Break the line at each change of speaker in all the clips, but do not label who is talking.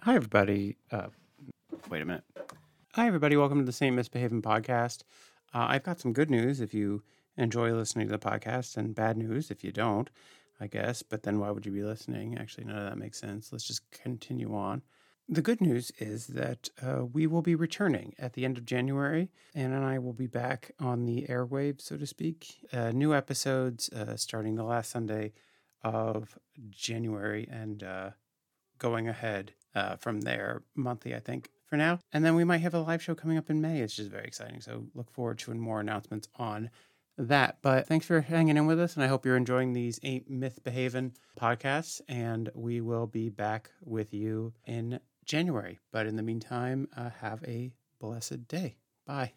Hi, everybody. Uh, wait a minute. Hi, everybody. Welcome to the St. Misbehaving Podcast. Uh, I've got some good news if you enjoy listening to the podcast, and bad news if you don't, I guess. But then why would you be listening? Actually, none of that makes sense. Let's just continue on. The good news is that uh, we will be returning at the end of January. Anna and I will be back on the airwaves, so to speak. Uh, new episodes uh, starting the last Sunday of January and uh, going ahead uh, from there monthly, I think, for now. And then we might have a live show coming up in May. It's just very exciting. So look forward to more announcements on that. But thanks for hanging in with us. And I hope you're enjoying these Ain't Myth Behavin' podcasts. And we will be back with you in January. But in the meantime, uh, have a blessed day. Bye.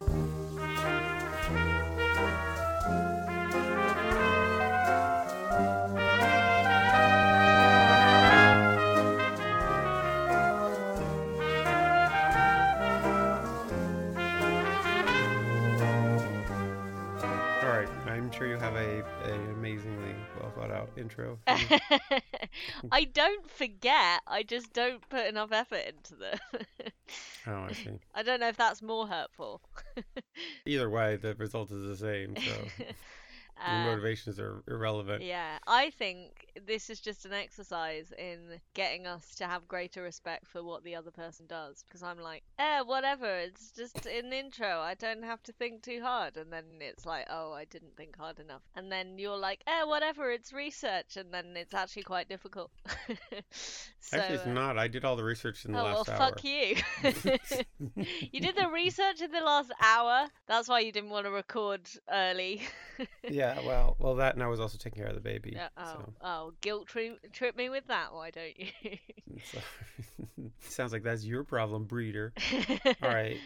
All right. I'm sure you have a, an amazingly well thought out intro. Mm.
I don't forget. I just don't put enough effort into them.
oh, I see.
I don't know if that's more hurtful.
Either way, the result is the same. So your
Uh,
motivations are irrelevant.
yeah, I think this is just an exercise in getting us to have greater respect for what the other person does. Because I'm like, eh, whatever. It's just an intro. I don't have to think too hard. And then it's like, oh, I didn't think hard enough. And then you're like, eh, whatever. It's research. And then it's actually quite difficult. so,
Actually, it's
uh,
not. I did all the research in the
Oh well,
last hour.
fuck you. you did the research in the last hour. That's why you didn't want to record early.
yeah, well, well, that, and I was also taking care of the baby.
Yeah, oh,
so-
oh, guilt tri- trip me with that. Why don't you?
so. uh, Sounds like that's your problem, breeder. All right,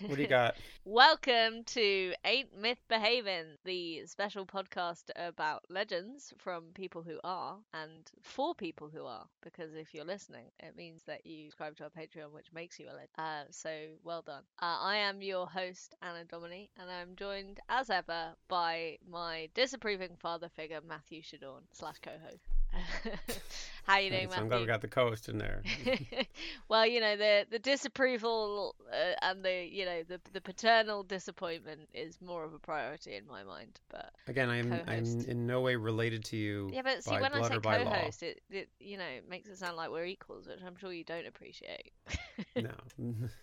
what do you got?
Welcome to Ain't Myth Behavin', the special podcast about legends from people who are and for people who are. Because if you're listening, it means that you subscribe to our Patreon, which makes you a legend. Uh, so well done. Uh, I am your host, Anna Domini, and I'm joined as ever by my disapproving father figure, Matthew Shadorn, slash co-host. How you doing,
Thanks, I'm
Matthew?
glad we got the coast in there.
well, you know the the disapproval uh, and the you know the the paternal disappointment is more of a priority in my mind. But
Again, I'm I'm
Co-host.
in no way related to you.
yeah, but see,
By
when I
blood
say
or by law?
co-host, it, it you know makes it sound like we're equals, which I'm sure you don't appreciate.
No,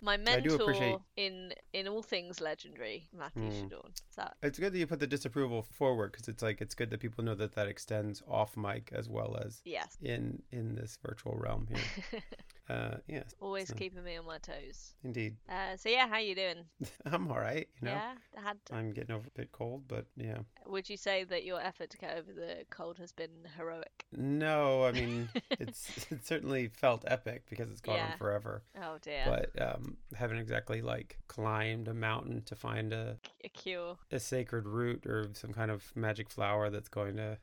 My
I do
mentor
appreciate-
in in all things legendary, Matthew
Hmm.
Shadorn. Is that
it's good that you put the disapproval forward because it's like it's good that people know that that extends off mic as well as
yes,
in in this virtual realm here. uh, yes,
always
So-
keeping me on my toes.
indeed,
Uh, so yeah, how you doing?
I'm all right. You know,
Yeah, had
I'm getting over a bit cold, but yeah.
would you say that your effort to get over the cold has been heroic?
No, I mean it's it certainly felt epic because it's gone
Yeah.
on forever.
Oh dear,
But um, haven't exactly like climbed a mountain to find a,
a cure.
a sacred root or some kind of magic flower that's going to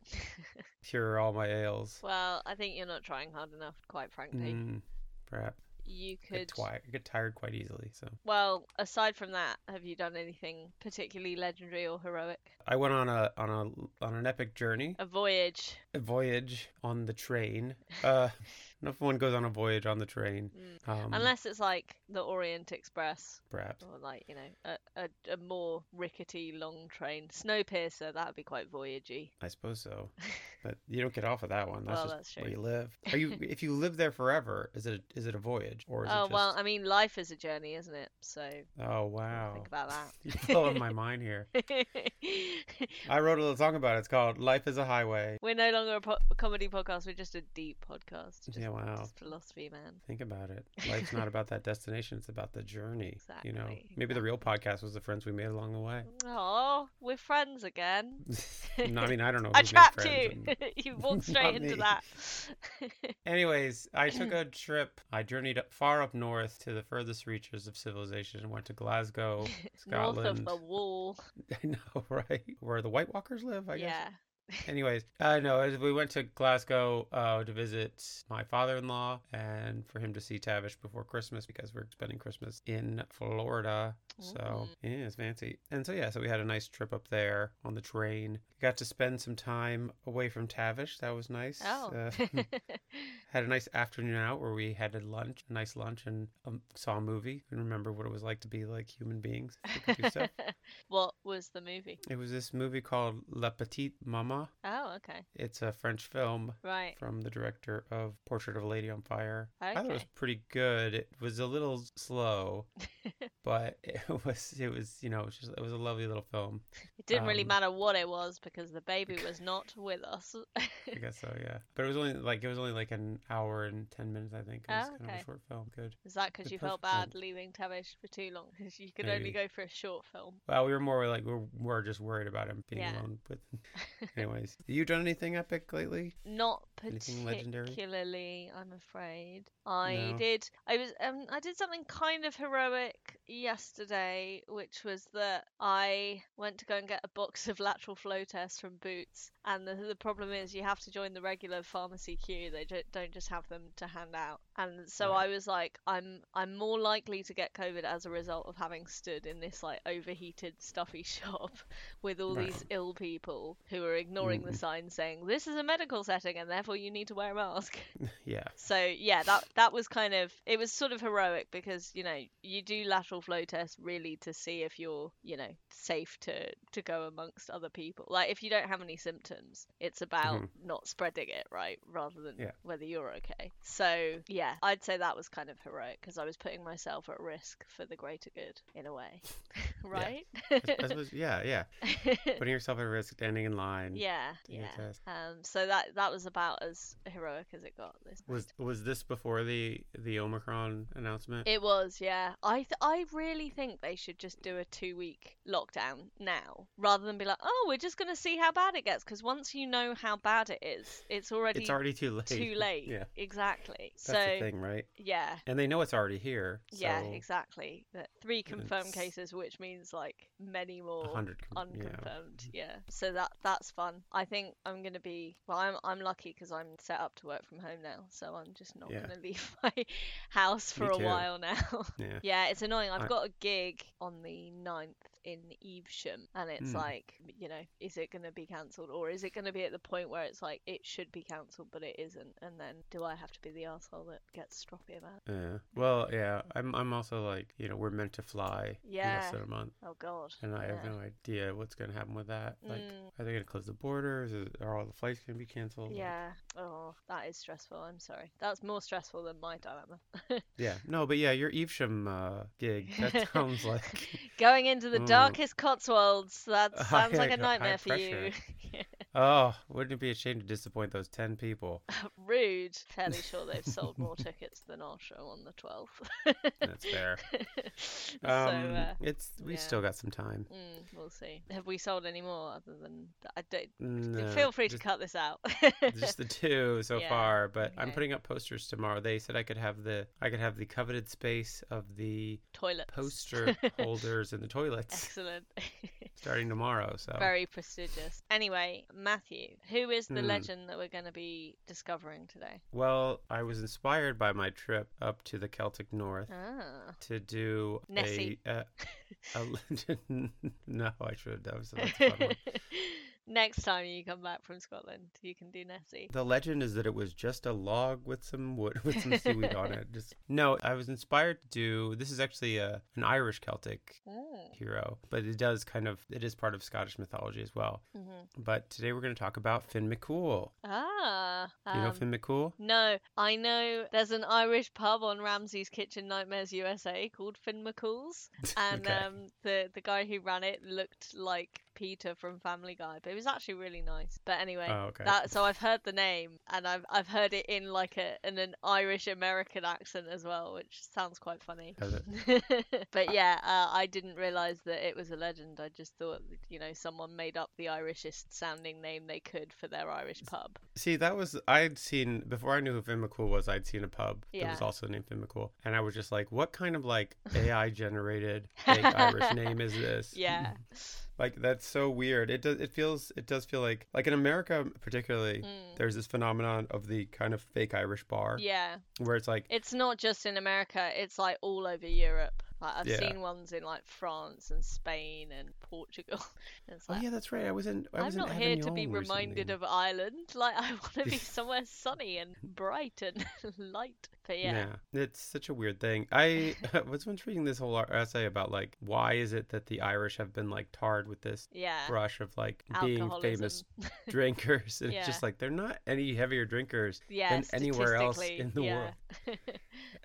cure all my ails.
Well, I think you're not trying hard enough, quite frankly.
Mm, perhaps
You
get,
could.
twi- get tired quite easily. So
Well, aside from that, have you done anything particularly legendary or heroic?
I went on a on a on an epic journey,
A voyage.
a voyage on the train. Uh, I don't know if one goes on a voyage on the train.
Mm.
Um,
Unless it's like the Orient Express
perhaps
or like, you know, a, a, a more rickety long train. Snowpiercer, that would be quite voyagey.
I suppose so. But you don't get off of that one. That's
Well,
just
that's true.
where you live. Are you if you live there forever? Is it is it a voyage or is it
Oh,
just?
well, I mean, life is a journey, isn't it? So
oh wow!
think about that.
You're blowing my mind here. I wrote a little song about it. It's called "Life Is a Highway."
we're no longer a po- comedy podcast, we're just a deep podcast. Just,
yeah, wow.
just philosophy, man.
Think about it. Life's not about that destination; it's about the journey. You know,
Exactly,
maybe the real podcast was the friends we made along the way.
Oh, we're friends again.
No, I mean, I don't know.
I
who made
trapped
friends
you.
and-
you walked
Not
straight into
me.
that.
Anyways, I took a trip. I journeyed up far up north to the furthest reaches of civilization and went to Glasgow, Scotland.
North of the wall.
I know, right? Where the White Walkers live, I guess.
yeah.
Anyways, I know as we went to Glasgow uh, to visit my father-in-law and for him to see Tavish before Christmas because we're spending Christmas in Florida. So yeah, it's fancy. And so yeah, so we had a nice trip up there on the train. Got to spend some time away from Tavish. That was nice.
Oh.
Uh, had a nice afternoon out where we had a lunch, a nice lunch, and um, saw a movie and remember what it was like to be like human beings. that could do stuff.
what was the movie?
it was this movie called La Petite Mama.
Oh, okay.
It's a French film
Right.
from the director of Portrait of a Lady on Fire. I thought it was
Okay.
pretty good. It was a little slow, but it was it was you know it was, just, it was a lovely little film.
It didn't really
Um,
matter what it was because the baby was not with us.
I guess so, yeah. But it was only like it was only like an hour and ten minutes, I think. It was
Oh,
kind of
okay.
a short film. Good.
Is that
The
because you felt bad
perfect
leaving Tavish for too long? 'Cause you could only
Maybe.
go for a short film.
Well, we were more like we were, we were just worried about him being
Yeah.
alone. But anyways, you done anything epic lately?
Not
Anything legendary?
particularly, I'm afraid. I
No.
did. I was. Um. I did something kind of heroic yesterday, which was that I went to go and get a box of lateral flow tests from Boots, and the, the problem is you have to join the regular pharmacy queue. They ju- don't just have them to hand out. And so
Right.
I was like, I'm. I'm more likely to get COVID as a result of having stood in this like overheated, stuffy shop with all
Right.
these ill people who are ignoring the
Mm.
sign saying this is a medical setting and therefore you need to wear a mask.
yeah.
So yeah, that that was kind of it was sort of heroic because you know you do lateral flow tests really to see if you're you know safe to to go amongst other people. Like if you don't have any symptoms, it's about not spreading it, right, rather than
Mm-hmm. Yeah.
whether you're okay. So yeah, I'd say that was kind of heroic because I was putting myself at risk for the greater good in a way, right?
I suppose- yeah, yeah. Putting yourself at risk, standing in line.
Yeah,
Taking a
yeah.
test.
Um, so that that was about as heroic as it got. This
Was was this before the the Omicron announcement?
it was, yeah. I th- I really think they should just do a two week lockdown now, rather than be like, oh, we're just gonna see how bad it gets, because once you know how bad it is, it's already,
it's already too late.
too late.
Yeah.
Exactly.
That's the
so
thing, right?
yeah,
And they know it's already here. So
yeah, exactly. That three confirmed
it's-
cases, which means like many more.
100 con- yeah.
unconfirmed yeah. so that that's fun i think i'm gonna be well i'm, I'm lucky because i'm set up to work from home now so i'm just not
Yeah.
gonna leave my house for a
too.
while now
Yeah.
yeah it's annoying i've
I-
got a gig on the 9th in evesham and it's
Hmm.
like you know is it going to be cancelled or is it going to be at the point where it's like it should be cancelled but it isn't and then do i have to be the asshole that gets stroppy about it
Yeah. Well, yeah. I'm I'm also like, you know, we're meant to fly in
Yeah.
less than a month.
oh god
And I have
yeah.
no idea what's going to happen with that. Like,
Mm.
are they going to close the borders? Is, are all the flights going to be canceled? Like,
yeah oh that is stressful i'm sorry that's more stressful than my dilemma
yeah. No, but yeah, your Evesham uh, gig, that sounds like
Going into the
Mm.
darkest Cotswolds, that
High-
sounds like
high
a nightmare for you.
pressure. Oh, wouldn't it be a shame to disappoint those 10 people?
Rude. Fairly sure they've sold more tickets than our show on the 12th.
That's fair.
so,
Um,
uh,
it's we
yeah.
still got some time.
mm, we'll see. Have we sold any more other than th- I don't,
No,
Feel free
just,
to cut this out.
just the two so
Yeah,
far, but I'm
okay.
putting up posters tomorrow. They said I could have the I could have the coveted space of the
Toilets.
poster holders in the toilets
Excellent.
starting tomorrow. So
Very prestigious. Anyway, Matthew, who is the
Hmm.
legend that we're going to be discovering today?
well, I was inspired by my trip up to the Celtic North.
Ah.
to do
Nessie.
a, a, a legend. no, I should have done so. That's a fun one.
Next time you come back from Scotland, you can do Nessie.
The legend is that it was just a log with some wood with some seaweed on it. Just no, I was inspired to do this is actually a, an Irish Celtic
Mm.
hero, but it does kind of it is part of Scottish mythology as well.
Mhm.
But today we're going to talk about Finn McCool.
Ah.
You know
um,
Finn McCool?
no, I know there's an Irish pub on Ramsey's Kitchen Nightmares USA called Finn McCool's, and
Okay.
um, the the guy who ran it looked like Peter from Family Guy, but it was actually really nice. But anyway,
Oh, okay.
that so I've heard the name, and I've I've heard it in like a in an Irish American accent as well, which sounds quite funny.
Has it-
but yeah, uh, I didn't realize that it was a legend. I just thought, that, you know, someone made up the Irishest sounding name they could for their Irish pub.
See, that was I'd seen before I knew who Finn McCool was. I'd seen a pub that was
Yeah.
also named Finn McCool, and I was just like, "What kind of like AI generated fake Irish name is this?"
Yeah.
like that's so weird. It does. It feels. It does feel like like in America, particularly,
Mm.
there's this phenomenon of the kind of fake Irish bar
Yeah.
where it's like
It's not just in America, it's like all over Europe. Like I've
Yeah.
seen ones in like France and Spain and Portugal. It's
Oh
like,
yeah, that's right. I was in. I
I'm
was
not
in
here to be
Avignon or
reminded
something.
of Ireland. Like I want to be somewhere sunny and bright and light. But yeah,
it's such a weird thing. I was once reading this whole ar- essay about like why is it that the Irish have been like tarred with this
yeah.
brush of like being
Alcoholism.
famous drinkers, and it's
Yeah.
just like they're not any heavier drinkers
yeah,
than anywhere else
statistically,
in the
yeah. world.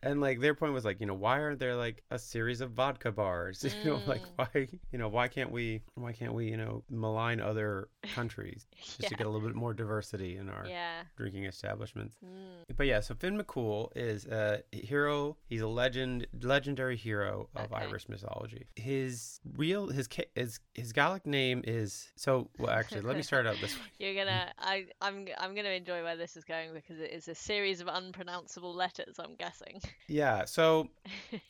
And like their point was like, you know, why aren't there like a series of vodka bars? You know, like
Mm.
why, you know, why can't we, why can't we, you know, malign other countries just
yeah.
to get a little bit more diversity in our
yeah.
drinking establishments?
Mm.
But yeah, so Finn McCool is a hero. He's a legend, legendary hero of
Okay.
Irish mythology. His real, his ca- his his Gaelic name is so. Well, actually, let me start out this way.
You're gonna, I, I'm, g- I'm gonna enjoy where this is going because it is a series of unpronounceable letters. I'm guessing.
Yeah, so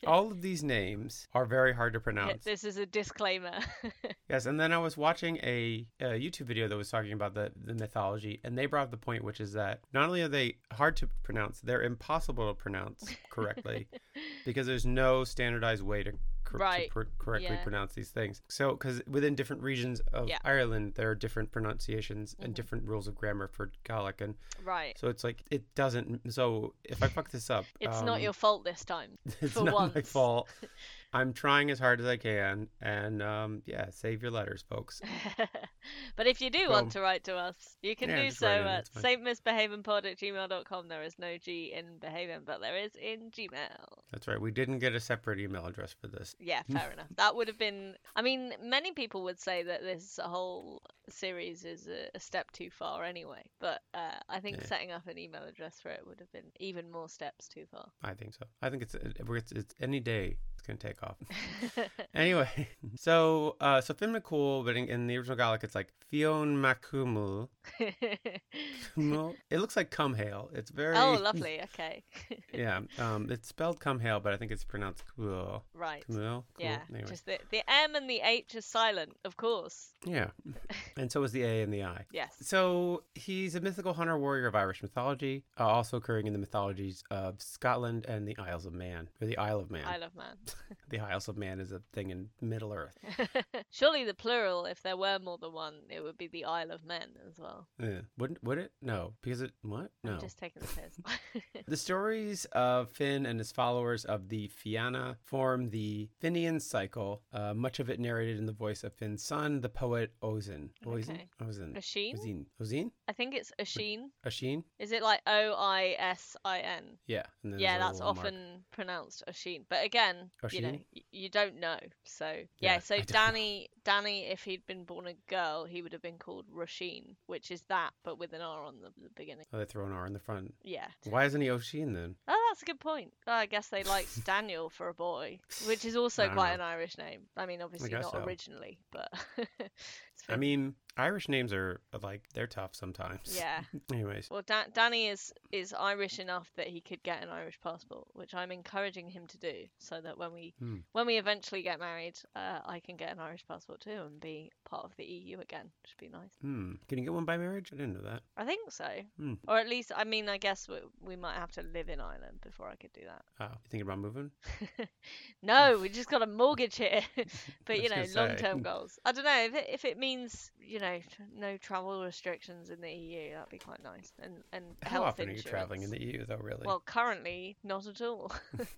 all of these names are very hard to pronounce.
this is a disclaimer.
Yes, and then I was watching a, a YouTube video that was talking about the, the mythology, and they brought up the point, which is that not only are they hard to pronounce, they're impossible to pronounce correctly because there's no standardized way to, cor- to
Right,
pr- correctly
yeah.
pronounce these things. So, because within different regions of
Yeah.
Ireland, there are different pronunciations and
Mhm.
different rules of grammar for Gaelic, and
right.
so it's like it doesn't. So, if I fuck this up,
It's not
um,
your fault this time.
it's
for
not my
once.
fault. I'm trying as hard as I can, and um, yeah, save your letters, folks.
but if you do want
So-
to write to us, you can
Yeah,
do
just
so
write in,
at
it's
saintmisbehavenpod at gmail.com. There is no G in Behaven, but there is in Gmail.
That's right. We didn't get a separate email address for this.
Yeah, fair enough. That would have been. I mean, many people would say that this whole series is a, a step too far anyway, but uh, I think
Yeah.
setting up an email address for it would have been even more steps too far.
I think so. I think it's it's, it's any day it's gonna take off. anyway, so uh, so Finn McCool, but in, in the original Gaelic, it's like Fionn Macumul. Cumul. It looks like cum hail. It's very
oh, lovely. Okay.
yeah, um, it's spelled cum hail, but I think it's pronounced cool.
right.
Cool.
Yeah.
Anyway.
Just the, the M and the H are silent, of course.
Yeah. And so is the A and the I.
Yes.
So he's a mythical hunter warrior of Irish mythology, uh, also occurring in the mythologies of Scotland and the Isles of Man, or the Isle of Man.
I love man.
The Isles of Man is a thing in Middle Earth.
Surely the plural, if there were more than one, it would be the Isle of Men as well.
Eh, Wouldn't would it? No, because it what? No.
I'm just taking the piss.
The stories of Finn and his followers of the Fianna form the Finian cycle. Uh, much of it narrated in the voice of Finn's son, the poet Ozin. Ozin.
Okay.
Ozin.
Ashin?
Ozin. Ozin.
I think it's Ashin.
Ashin.
Is it like O I S I N?
Yeah. And then
Yeah,
there's a
that's
little mark.
often pronounced Ashin. But again, you know,
Oisin?
y- you don't know. So yeah,
Yeah,
so
I don't know.
Danny, Danny, if he'd been born a girl, he would have been called Rasheen, which is that, but with an R on the, the beginning.
Oh, they throw an R in the front.
Yeah.
Why isn't he Oshin then?
Oh, that's a good point. Oh, I guess they liked Daniel for a boy, which is also
I don't
quite
know.
an Irish name. I mean, obviously
guess
not
so.
originally, but it's
I
fine.
mean, Irish names are like they're tough sometimes.
yeah.
Anyways.
Well, da- Danny is is Irish enough that he could get an Irish passport, which I'm encouraging him to do, so that when we
Hmm.
when we eventually get married, uh, I can get an Irish passport too and be part of the EU again. Should be nice.
Hmm. Can you get one by marriage? I didn't know that.
I think so,
Hmm.
or at least I mean, I guess we, we might have to live in Ireland before I could do that.
Oh, you thinking about moving?
No, we just got a mortgage here. but you know,
was gonna
long
say.
term goals. I don't know if it, if it means you know tr- no travel restrictions in the EU, that'd be quite nice. And and
How
health
often are you traveling in
insurance.
the E EU though? Really?
Well, currently not at all.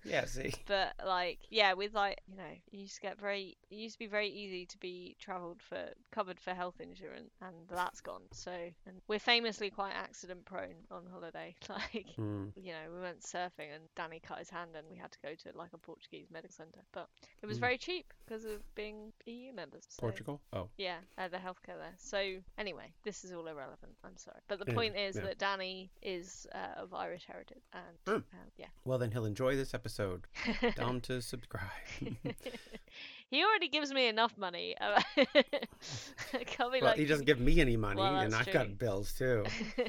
yeah. See.
but like, yeah, with like you know, it used to get very, it used to be very easy to be travelled for covered for health insurance, and that's gone. So and we're famously quite accident prone on holiday. Like
Hmm.
you know, we went surfing and Danny cut his hand and we had to go to like a Portuguese medical centre. But it was
Mm.
very cheap because of being EU members. So,
Portugal. Oh.
Yeah, uh, the healthcare there. So anyway, this is all irrelevant. I'm sorry, but the
Yeah,
point is
yeah.
that Danny is uh, of Irish heritage, and
Mm.
um, yeah,
Well, then he'll enjoy this episode. Tell him to subscribe.
he already gives me enough money. uh, I can't be
well,
like
he doesn't give me any money,
Well,
and
that's
I've got
true.
bills too.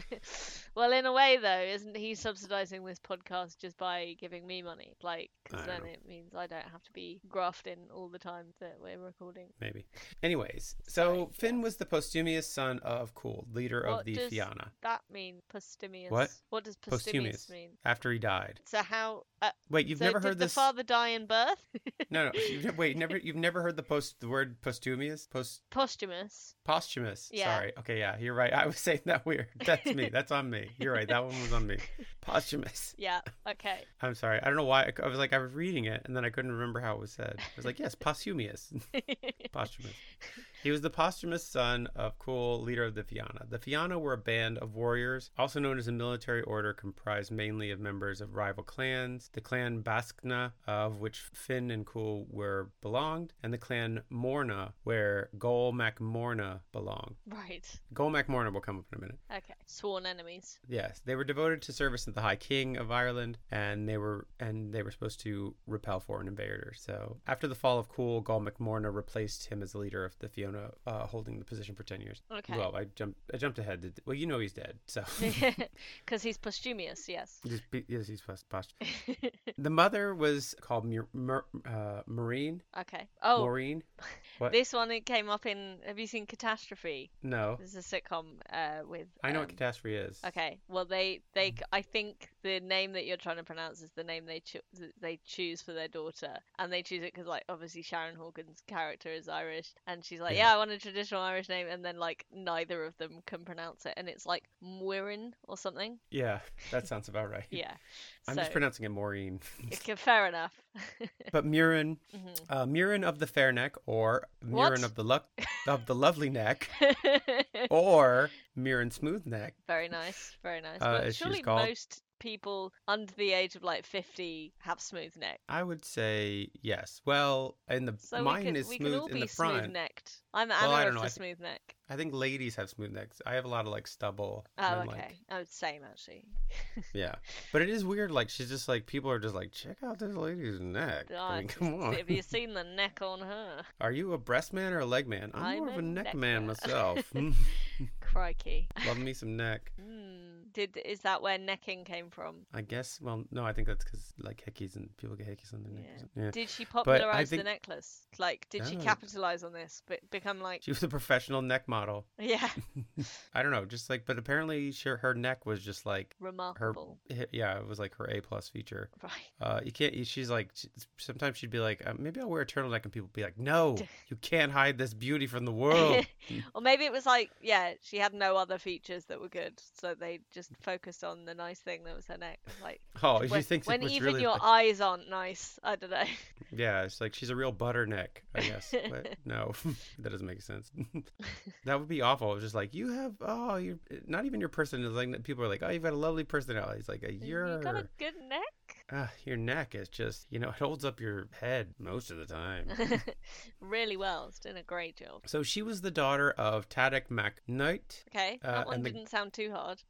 Well, in a way, though, isn't he subsidizing this podcast just by giving me money? Like, 'cause
I don't
then
know.
it means I don't have to be grafting all the time that we're recording.
Maybe. Anyways, so Finn was the posthumous son of Cool, leader of
What
the
does
Fianna,
That mean posthumous.
What?
What does posthumous,
Posthumous.
mean?
after he died.
So how? Uh,
Wait, you've
so
never
did
heard
the
this?
father die in birth?
No, no. You've, ne- wait, never. You've never heard the post the word posthumous, post
posthumous.
posthumous.
Yeah.
Sorry. Okay, yeah, you're right. I was saying that weird. That's me. That's on me. You're right. That one was on me. Posthumous.
Yeah. Okay.
I'm sorry. I don't know why. I was like, I was reading it, and then I couldn't remember how it was said. I was like, yes, posthumous. posthumous. He was the posthumous son of Cool, leader of the Fianna. The Fianna were a band of warriors, also known as a military order comprised mainly of members of rival clans, the clan Baskna, of which Finn and Cool were belonged, and the clan Morna, where Gol Macmorna belonged.
right.
Gol Macmorna will come up in a minute.
Okay. Sworn enemies.
Yes, they were devoted to service of the High King of Ireland, and they were and they were supposed to repel foreign invaders. So after the fall of Cool, Gol McMorna replaced him as the leader of the Fiona, uh, holding the position for ten years.
Okay.
Well, I jumped I jumped ahead. To, well, you know he's dead, so
Because he's posthumous. Yes.
just be, yes, he's past. past. The mother was called Mur, Mur, uh, Maureen.
okay. Oh,
Maureen. What?
this one it came up in. Have you seen Catastrophe?
no,
This is a sitcom uh, with.
I know what Mm.
um,
catastrophe is.
Okay. Well, they they c- I think the name that you're trying to pronounce is the name they cho- that they choose for their daughter, and they choose it because like obviously Sharon Hawkins' character is Irish, and she's like,
Yeah.
yeah. I want a traditional Irish name, and then like neither of them can pronounce it, and it's like Muirin or something.
Yeah, that sounds about right.
Yeah.
I'm
so
just pronouncing it Maureen.
okay, fair enough.
But Murin,
Mhm.
uh, Murin of the fair neck, or
What?
Murin of the luck of the lovely neck, or Murin smooth neck.
very nice. Very nice.
Uh,
but
as she's
surely
called.
most people under the age of like 50 have smooth neck.
I would say yes. Well, in the
So
mine
we could,
is
we
smooth
could all
in
be
the front. Oh,
smooth necked. I'm
I
Anna
don't
of
know,
the
I think-
smooth neck.
I think ladies have smooth necks. I have a lot of like stubble.
Oh,
and
okay.
then, like-
Oh, same actually.
yeah, but it is weird. Like she's just like people are just like check out this lady's neck.
Ah,
I mean, come on.
Have you seen the neck on her?
Are you a breast man or a leg man? I'm,
I'm
more of
a
a neck,
neck
man
man.
myself. Mm.
Crikey.
Love me some neck.
Hmm. Did is that where necking came from?
I guess. Well, no, I think that's because like hickeys and people get hickeys on their neck.
Yeah.
or something. Yeah.
Did she popularize
think-
the necklace? Like, did she
No.
capitalize on this? But become like,
She was a professional neck model.
yeah,
I don't know, just like, but apparently she, her neck was just like,
remarkable.
yeah, it was like her A plus feature.
Right.
Uh, you can't. She's like, sometimes she'd be like, uh, maybe I'll wear a turtleneck, and people would be like, no, you can't hide this beauty from the world.
or maybe it was like, yeah, she had no other features that were good, so they just focused on the nice thing that was her neck. Like,
Oh, she
when,
thinks
when
it was
even
really.
your
like-
eyes aren't nice, I don't know.
yeah, it's like she's a real butter neck. I guess. What? No, that doesn't make sense. that would be awful. It was just like you have. Oh, you're not even your person is like. People are like, oh, you've got a lovely personality. It's like a
You got a
your
good neck.
uh, your neck is just you know it holds up your head most of the time.
really well. It's doing a great job.
So she was the daughter of Tadek MacKnight.
Okay,
Uh,
that one
and the-
didn't sound too hard.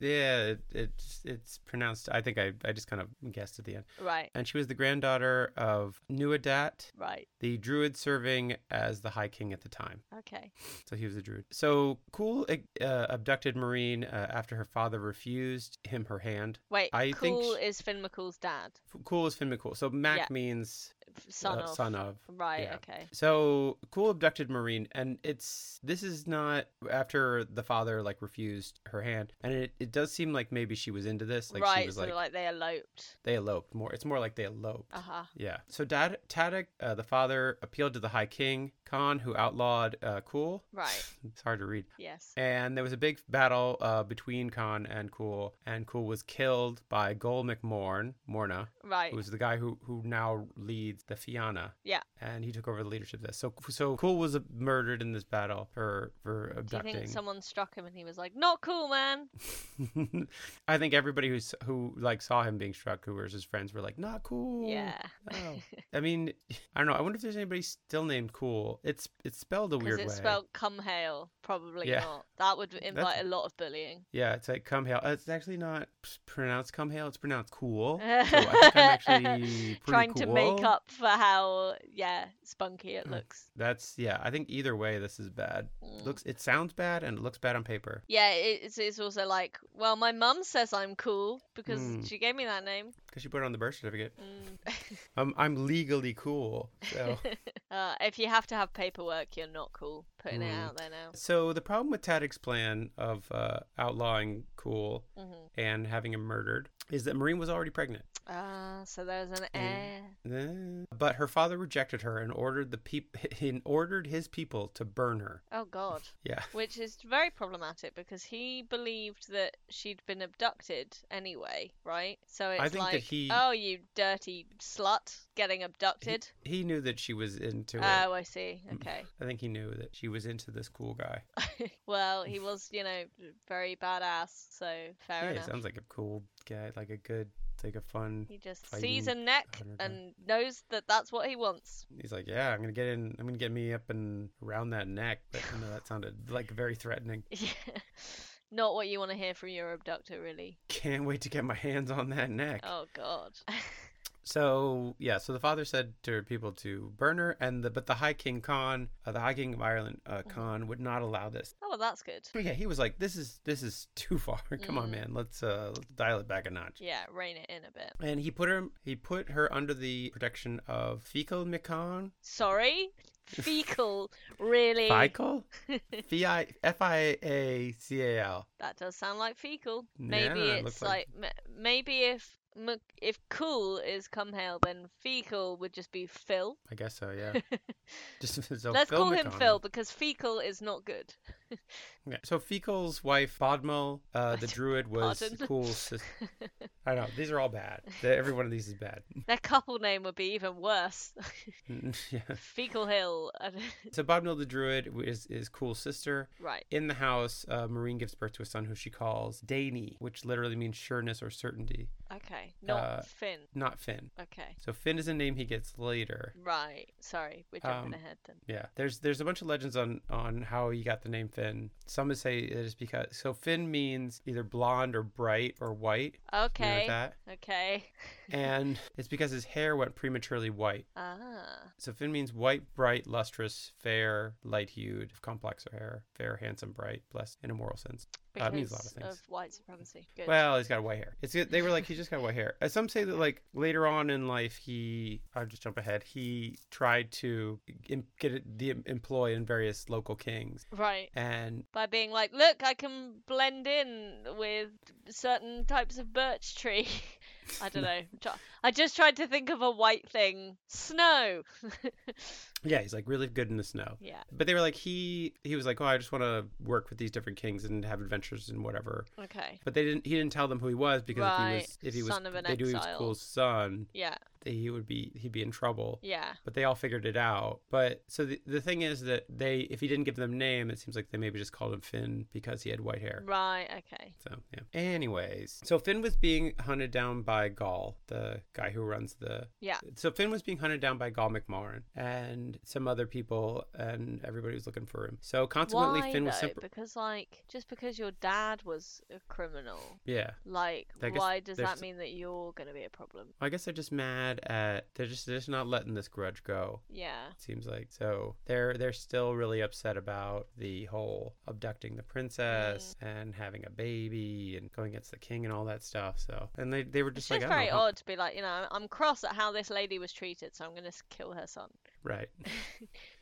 Yeah, it, it's it's pronounced. I think I, I just kind of guessed at the end.
right,
And she was the granddaughter of Nuadat,
right,
the druid serving as the High King at the time.
okay.
So he was a druid. So Cool uh, abducted Marine uh, after her father refused him her hand.
Wait,
I think
cool
sh-
is Finn McCool's dad,
F- Cool is Finn McCool. So Mac
Yeah.
means
f- son
uh,
of.
son of.
Right,
yeah.
okay.
So cool abducted Marine, and it's this is not after the father like refused her hand, and it, it does seem like maybe she was into this, like she
right,
was
so
like,
like... they eloped.
they eloped more. It's more like they eloped.
Uh huh.
Yeah. So Dad Tadek, uh, the father, appealed to the High King Khan, who outlawed uh, Cool.
Right.
it's hard to read.
Yes.
And there was a big battle uh, between Khan and Cool, and Cool was killed by Gol McMorn, Morna,
Right.
who's the guy who who now leads the Fianna.
Yeah.
And he took over the leadership there. So so Cool was murdered in this battle for for
Do you think
abducting.
someone struck him and he was like, "Not cool, man"?
I think everybody who's who like saw him being struck, who was his friends, were like, "Not cool."
Yeah.
Oh. I mean, I don't know. I wonder if there's anybody still named Cool. It's it's spelled a
Because
weird
it's
way.
spelled "come hail." Probably
Yeah.
not. That would invite a lot of bullying.
Yeah, it's like cum hail. It's actually
Uh-huh.
not pronounced cum hail. It's pronounced cool. So I think I'm actually pretty
Trying to make
cool.
up for how yeah spunky it
Mm.
looks.
That's yeah. I think either way, this is bad.
Mm.
Looks, it sounds bad, and it looks bad on paper.
Yeah, it- it's it's also like, well, my mum says I'm cool because
Hmm.
Mm.
she gave me that name.
Because you put it on the birth certificate.
Mm.
I'm, I'm legally cool. So,
uh, if you have to have paperwork, you're not cool. Putting it
Mm.
out there now.
so the problem with Tadek's plan of uh, outlawing cool
Mm-hmm.
and having him murdered is that Marine was already pregnant.
Ah, so there's an
Mm.
air.
Eh, But her father rejected her and ordered the peop- and ordered his people to burn her.
Oh God.
Yeah.
Which is very problematic because he believed that she'd been abducted anyway, right? So it's
I think that
like,
he-
oh, you dirty slut, getting abducted.
He knew that she was into it.
Oh, I see. Okay.
I think he knew that she was into this cool guy.
well, he was, you know, very badass, so fair
yeah, he
enough.
sounds like a cool guy, like a good, like a fun.
He just sees a
fighting
neck
hunter guy.
and knows that that's what he wants.
He's like, yeah, I'm gonna get in. I'm gonna get me up and around that neck. But you know, that sounded like very threatening.
Yeah. Not what you want to hear from your abductor, really.
Can't wait to get my hands on that neck.
Oh God.
So yeah, so the father said to her people to burn her, and the but the High King Khan, uh, the High King of Ireland, uh,
Mm-hmm.
Khan would not allow this.
oh, well, that's good.
But yeah, he was like, this is this is too far. Come on,
Mm.
man, let's uh let's dial it back a notch.
Yeah, rein it in a bit.
And he put her he put her under the protection of Fecal Mikan.
Sorry, fecal. Really,
Fecal? F-I- F-I-A-C-A-L.
that does sound like fecal.
Yeah,
Maybe
it
it's
looks
like,
like-
m- maybe if m- if cool is come hail, then fecal would just be Phil.
I guess so, yeah. Just so
Let's
Phil
call him
Mikan.
Phil because fecal is not good.
Yeah. So Fecal's wife Bodmo, uh, the druid, was
Pardon?
cool. Sis- I know these are all bad. The- Every one of these is bad.
Their couple name would be even worse.
yeah.
fecal Hill. I don't-
So Bodmo the druid is is cool sister.
right.
In the house, uh, Marine gives birth to a son who she calls Dany, which literally means sureness or certainty,
Okay. Not
Uh,
Finn.
not Finn.
Okay.
So Finn is a name he gets later.
Right. Sorry, we're jumping
Um,
ahead then.
Yeah, there's there's a bunch of legends on on how he got the name Finn. Some would say it is because so Finn means either blonde or bright or white. You know
Okay.
that?
okay.
And it's because his hair went prematurely white.
Ah.
So Finn means white, bright, lustrous, fair, light hued, complex or hair, fair, handsome, bright, blessed in a moral sense.
Because
Uh, it means a lot of things.
white supremacy. Good.
Well, he's got white hair. It's good. They were like, he's just got white hair. And some say that like later on in life, he I'll just jump ahead. He tried to em- get it, the employ in various local kings,
right.
and
By being like, look, I can blend in with certain types of birch tree. I don't know. Try- I just tried to think of a white thing. Snow.
yeah, he's like really good in the snow.
yeah.
But they were like he he was like, oh, I just want to work with these different kings and have adventures and whatever.
Okay.
But they didn't. He didn't tell them who he was because
Right.
if he was if he
Son
was
of an
they knew he was
exile.
Cool's son,
Yeah.
that he would be he'd be in trouble.
Yeah.
But they all figured it out. But so the, the thing is that they if he didn't give them name, it seems like they maybe just called him Finn because he had white hair.
Right. Okay.
So yeah. Anyways, so Finn was being hunted down by Gaul, the guy who runs the
Yeah.
So Finn was being hunted down by Gaul McMaurin and some other people, and everybody was looking for him. So consequently,
Why
Finn was
though?
separ-
Because like, just because your dad was a criminal,
yeah.
Like,
I guess
why does
there's-
that mean that you're going to be a problem?
I guess they're just mad at they're just they're just not letting this grudge go.
Yeah.
it seems like so they're they're still really upset about the whole abducting the princess and having a baby and going against the king and all that stuff so and they, they were just
It's
like
just
I don't
very
know how-
odd to be like, you know, I'm- I'm cross at how this lady was treated, so I'm going to kill her son.
right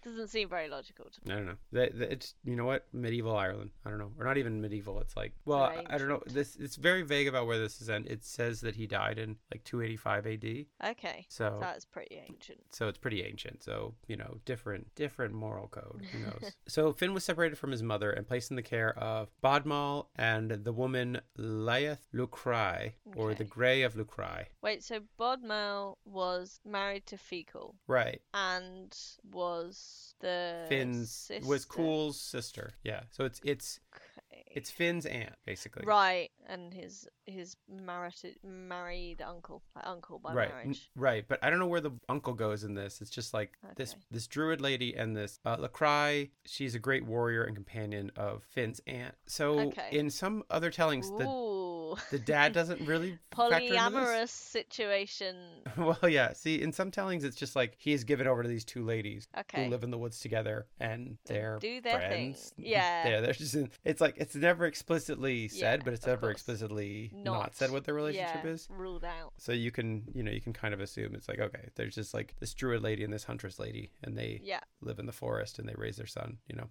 Doesn't seem very logical to me.
i don't know They- they- it's you know what medieval ireland i don't know or not even medieval it's like well I, I don't know
Ancient.
this it's very vague about where this is at it says that he died in like 285 ad
Okay.
so
That's pretty ancient.
so it's pretty ancient so you know different different moral code who knows so finn was separated from his mother and placed in the care of bodmal and the woman lyeth lucrai or
Okay.
the gray of lucrai
Wait, so Bodmel was married to Fecal
right
and was the.
finn's
sister.
was cool's sister yeah so it's it's
Okay.
it's finn's aunt basically
Right, and his his married married uncle, like uncle by
right, n-
marriage.
right. But I don't know where the uncle goes in this. It's just like this
Okay.
this druid lady and this uh, Lacrae. She's a great warrior and companion of Finn's aunt. So
Okay.
in some other tellings, the
Ooh,
the dad doesn't really factor into this.
polyamorous situation.
Well, yeah. See, in some tellings, it's just like he's given over to these two ladies
Okay.
who live in the woods together, and
They
they're
do their thing.
friends.
Yeah.
yeah. They're just. In, it's like it's never explicitly said,
Yeah,
but it's
of
never
course.
explicitly not.
Not,
said what their relationship
yeah,
is.
ruled out.
So you can, you know, you can kind of assume it's like okay, there's just like this druid lady and this huntress lady, and they
Yeah,
live in the forest and they raise their son. You know.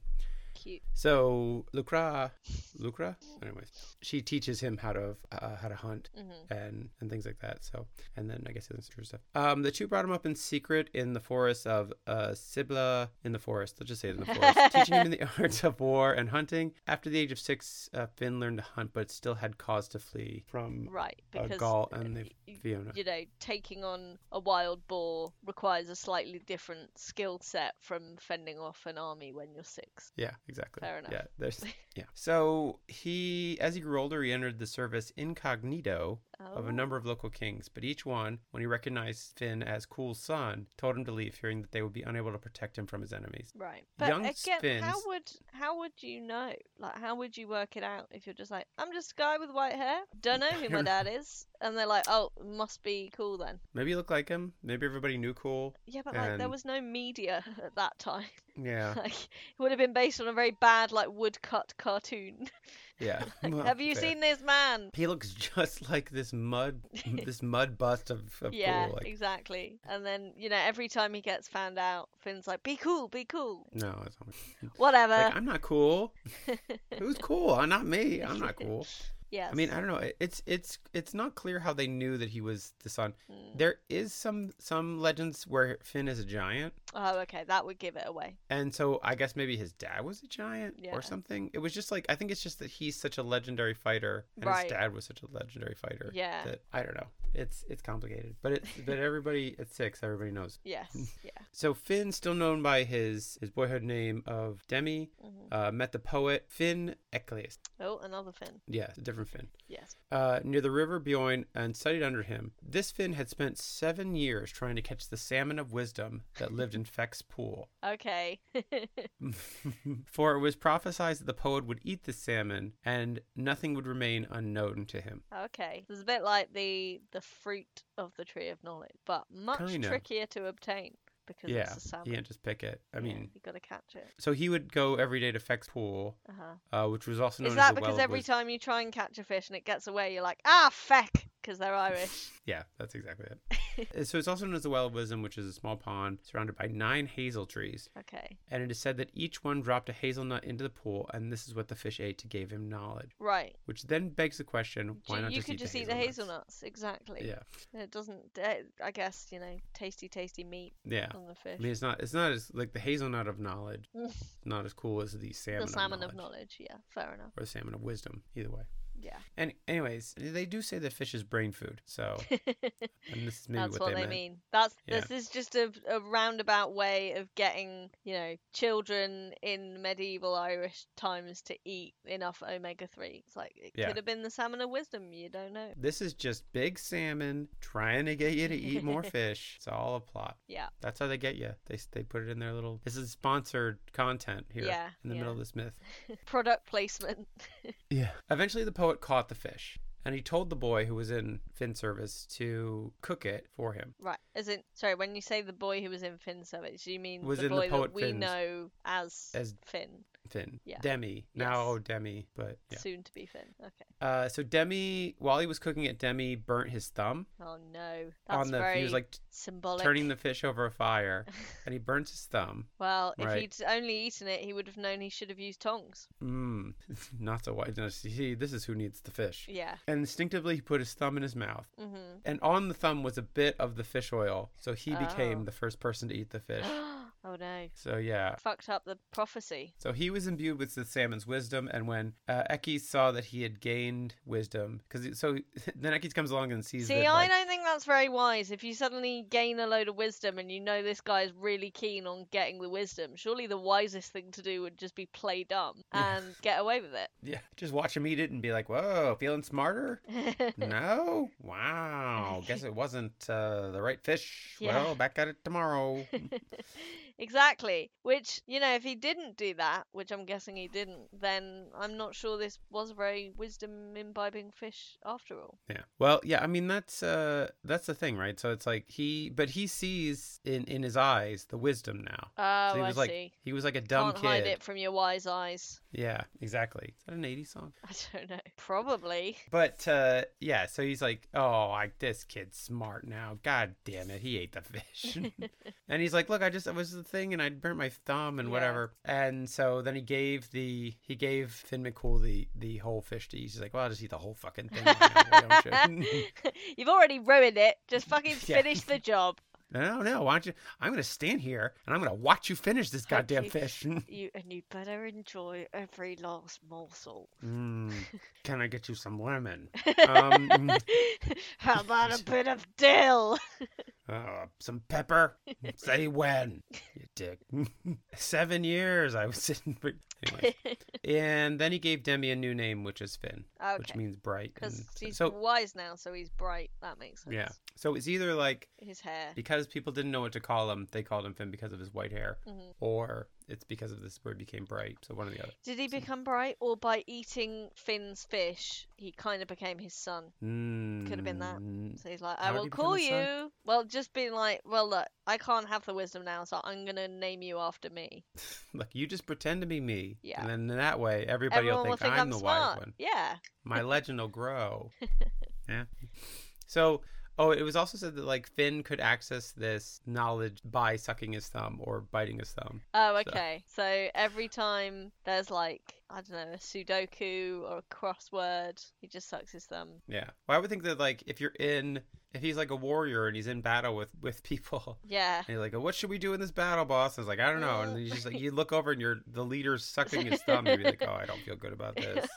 cute.
So Lucra, Lucra, anyways, she teaches him how to uh, how to hunt
hmm
and and things like that. So, and then I guess the other true stuff. Um, the two brought him up in secret in the forest of uh, Sibla, in the forest. Let's just say it in the forest, teaching him the arts of war and hunting. After the age of six, uh, Finn learned to hunt, but still had cause to flee from
Right,
uh,
because
Gaul and the
y-
Fiona.
you know, taking on a wild boar requires a slightly different skill set from fending off an army when you're six.
Yeah, exactly.
Fair enough.
Yeah, there's yeah. So he, as he grew older, he entered the service incognito
Oh.
of a number of local kings, but each one, when he recognized Finn as Cool's son, told him to leave, fearing that they would be unable to protect him from his enemies.
Right. But
Young
again, how
Spins-
would how would you know? Like how would you work it out if you're just like, I'm just a guy with white hair, don't know who my dad is and they're like, Oh, must be cool then.
Maybe you look like him. Maybe everybody knew Cool.
Yeah, but like there
And-
was no media at that time.
Yeah,
Like it would have been based on a very bad like woodcut cartoon.
yeah. Well,
have you
fair.
seen this man?
He looks just like this mud, this mud bust of, of
yeah,
Cool. Like,
exactly. And then, you know, every time he gets found out, Finn's like, Be cool, be cool.
no, it's not.
Whatever.
Like, I'm not cool. Who's cool? I'm not me. I'm not cool.
yes.
I mean, I don't know. It- It's it's it's not clear how they knew that he was the son.
Mm.
There is some some legends where Finn is a giant,
Oh, okay, that would give it away.
and so I guess maybe his dad was a giant
Yeah.
or something. It was just like I think it's just that he's such a legendary fighter, and
Right.
his dad was such a legendary fighter.
Yeah.
that I don't know. It's it's complicated, but it's but everybody at six, everybody knows.
Yes. Yeah.
So Finn, still known by his his boyhood name of Demi,
Mhm.
uh, met the poet Finn Eclius.
Oh, another Finn.
Yeah, a different Finn.
Yes.
uh, near the river Bjorn and studied under him. This Finn had spent seven years trying to catch the salmon of wisdom that lived in Feck's pool.
Okay.
For it was prophesied that the poet would eat the salmon, and nothing would remain unknown to him.
okay. It's a bit like the the fruit of the tree of knowledge, but much
Kinda.
trickier to obtain because
yeah,
it's a salmon.
you can't just pick it. I
Yeah,
mean,
you gotta catch it.
so he would go every day to Feck's pool,
Uh-huh.
uh, which was also known
Is that
as the well
because
of
every
Wis-
time you try and catch a fish and it gets away, you're like, ah, feck, because they're Irish.
Yeah, that's exactly it. Uh, so it's also known as the Well of Wisdom, which is a small pond surrounded by nine hazel trees.
okay.
and it is said that each one dropped a hazelnut into the pool, and this is what the fish ate to give him knowledge.
Right.
Which then begs the question: Why
You-
not
you
just
could
eat
just
the
eat the
hazelnuts?
hazelnuts, exactly.
Yeah,
And It doesn't. eh, I guess you know, tasty, tasty meat
yeah.
on the
I
fish.
mean, it's not it's not as like the hazelnut of knowledge, not as cool as the salmon,
the salmon
of, knowledge,
of knowledge. Yeah, fair enough.
or the salmon of wisdom. Either way.
Yeah.
And anyways, they do say that fish is brain food, so and this is maybe
That's
what,
what,
they,
they
meant.
mean. That's
Yeah.
this is just a, a roundabout way of getting you know children in medieval Irish times to eat enough omega three. It's like it
Yeah.
could have been the salmon of wisdom. You don't know.
This is just big salmon trying to get you to eat more fish. It's all a plot.
Yeah.
That's how they get you. They they put it in their little. This is sponsored content here
Yeah,
in the
yeah.
middle of this myth.
Product placement.
Yeah. Eventually, the poet caught the fish, and he told the boy who was in Finn's service to cook it for him.
Right. As in, sorry, when you say the boy who was in Finn service, you mean
Was
the
in the
boy
poet
that we
Finn's-
know as,
as-
Finn,
Finn.
Yeah.
Demi. Now oh,
Yes.
Demi, but yeah.
soon to be Finn. Okay.
Uh, so Demi, while he was cooking it, Demi burnt his thumb
Oh no, that's
on the.
very
He was like t-
symbolic.
turning the fish over a fire, and he burns his thumb.
Well, if
Right.
he'd only eaten it, he would have known he should have used tongs.
Mmm. Not so wise. No, see, this is who needs the fish.
Yeah.
And instinctively, he put his thumb in his mouth.
Mm-hmm.
And on the thumb was a bit of the fish oil, so he became
Oh.
the first person to eat the fish.
Oh no.
So yeah.
Fucked up the prophecy.
So he was imbued with the salmon's wisdom, and when uh, Eki saw that he had gained wisdom, because so then Eki comes along and sees.
See,
that,
I
like,
don't think that's very wise. If you suddenly gain a load of wisdom and you know this guy is really keen on getting the wisdom, surely the wisest thing to do would just be play dumb
Yeah.
and get away with it.
Yeah, just watch him eat it and be like, "Whoa, feeling smarter." no? Wow. Guess it wasn't uh, the right fish.
Yeah.
Well, back at it tomorrow.
exactly. Which, you know, if he didn't do that, which I'm guessing he didn't, then I'm not sure this was a very wisdom imbibing fish after all.
yeah. Well, yeah, I mean that's uh that's the thing, right? So it's like he but he sees in in his eyes the wisdom now.
Oh,
so he
I
was like
see.
he was like a dumb
Can't
kid.
hide it from your wise eyes.
Yeah, exactly. Is that an 80s song?
I don't know. Probably.
But uh yeah, so he's like, "Oh, I this kid's smart now. God damn it, he ate the fish." and he's like, "Look, I just it was the thing, and I burnt my thumb and
Yeah.
whatever." And so then he gave the he gave Finn McCool the the whole fish to eat. He's like, "Well, I'll just eat the whole fucking thing." Why don't you?
You've already ruined it. Just fucking
Yeah.
finish the job.
no, no, why don't you? I'm gonna stand here and I'm gonna watch you finish this
Thank
goddamn
you.
fish.
You and you better enjoy every last morsel.
Mm, can I get you some lemon? Um,
How about a bit of dill?
Uh, some pepper. Say when, you dick. Seven years I was sitting. For... Anyway. and then he gave Demi a new name, which is Finn, which
Okay.
means bright.
Because
and-
he's
Mm, so
wise now, so he's bright. That makes sense.
yeah, so it's either like
His hair.
because people didn't know what to call him, they called him Finn because of his white hair,
Mhm.
or it's because of this word became bright. So one or the other.
Did he become bright, or by eating Finn's fish, he kind of became his son?
Could
been that.
Mm,
So he's like,
How
I
did
will
he become
call
his son?
you. Well, just being like, well, look, I can't have the wisdom now, so I'm going to name you after me.
Look, you just pretend to be me,
Yeah.
and then that way everybody
Everyone
will think, I'm, the wise
smart.
one.
Yeah.
my legend will grow. yeah. So, oh, it was also said that like Finn could access this knowledge by sucking his thumb or biting his thumb.
Oh,
So-
okay. So. every time there's like, I don't know, a Sudoku or a crossword, he just sucks his thumb.
Yeah. Well, I would think that like if you're in, if he's like a warrior and he's in battle with with people.
Yeah.
And you're like, what should we do in this battle, boss? And it's like, I don't know. And then you just like, you look over and you're the leader's sucking his thumb. And you're like, oh, I don't feel good about this.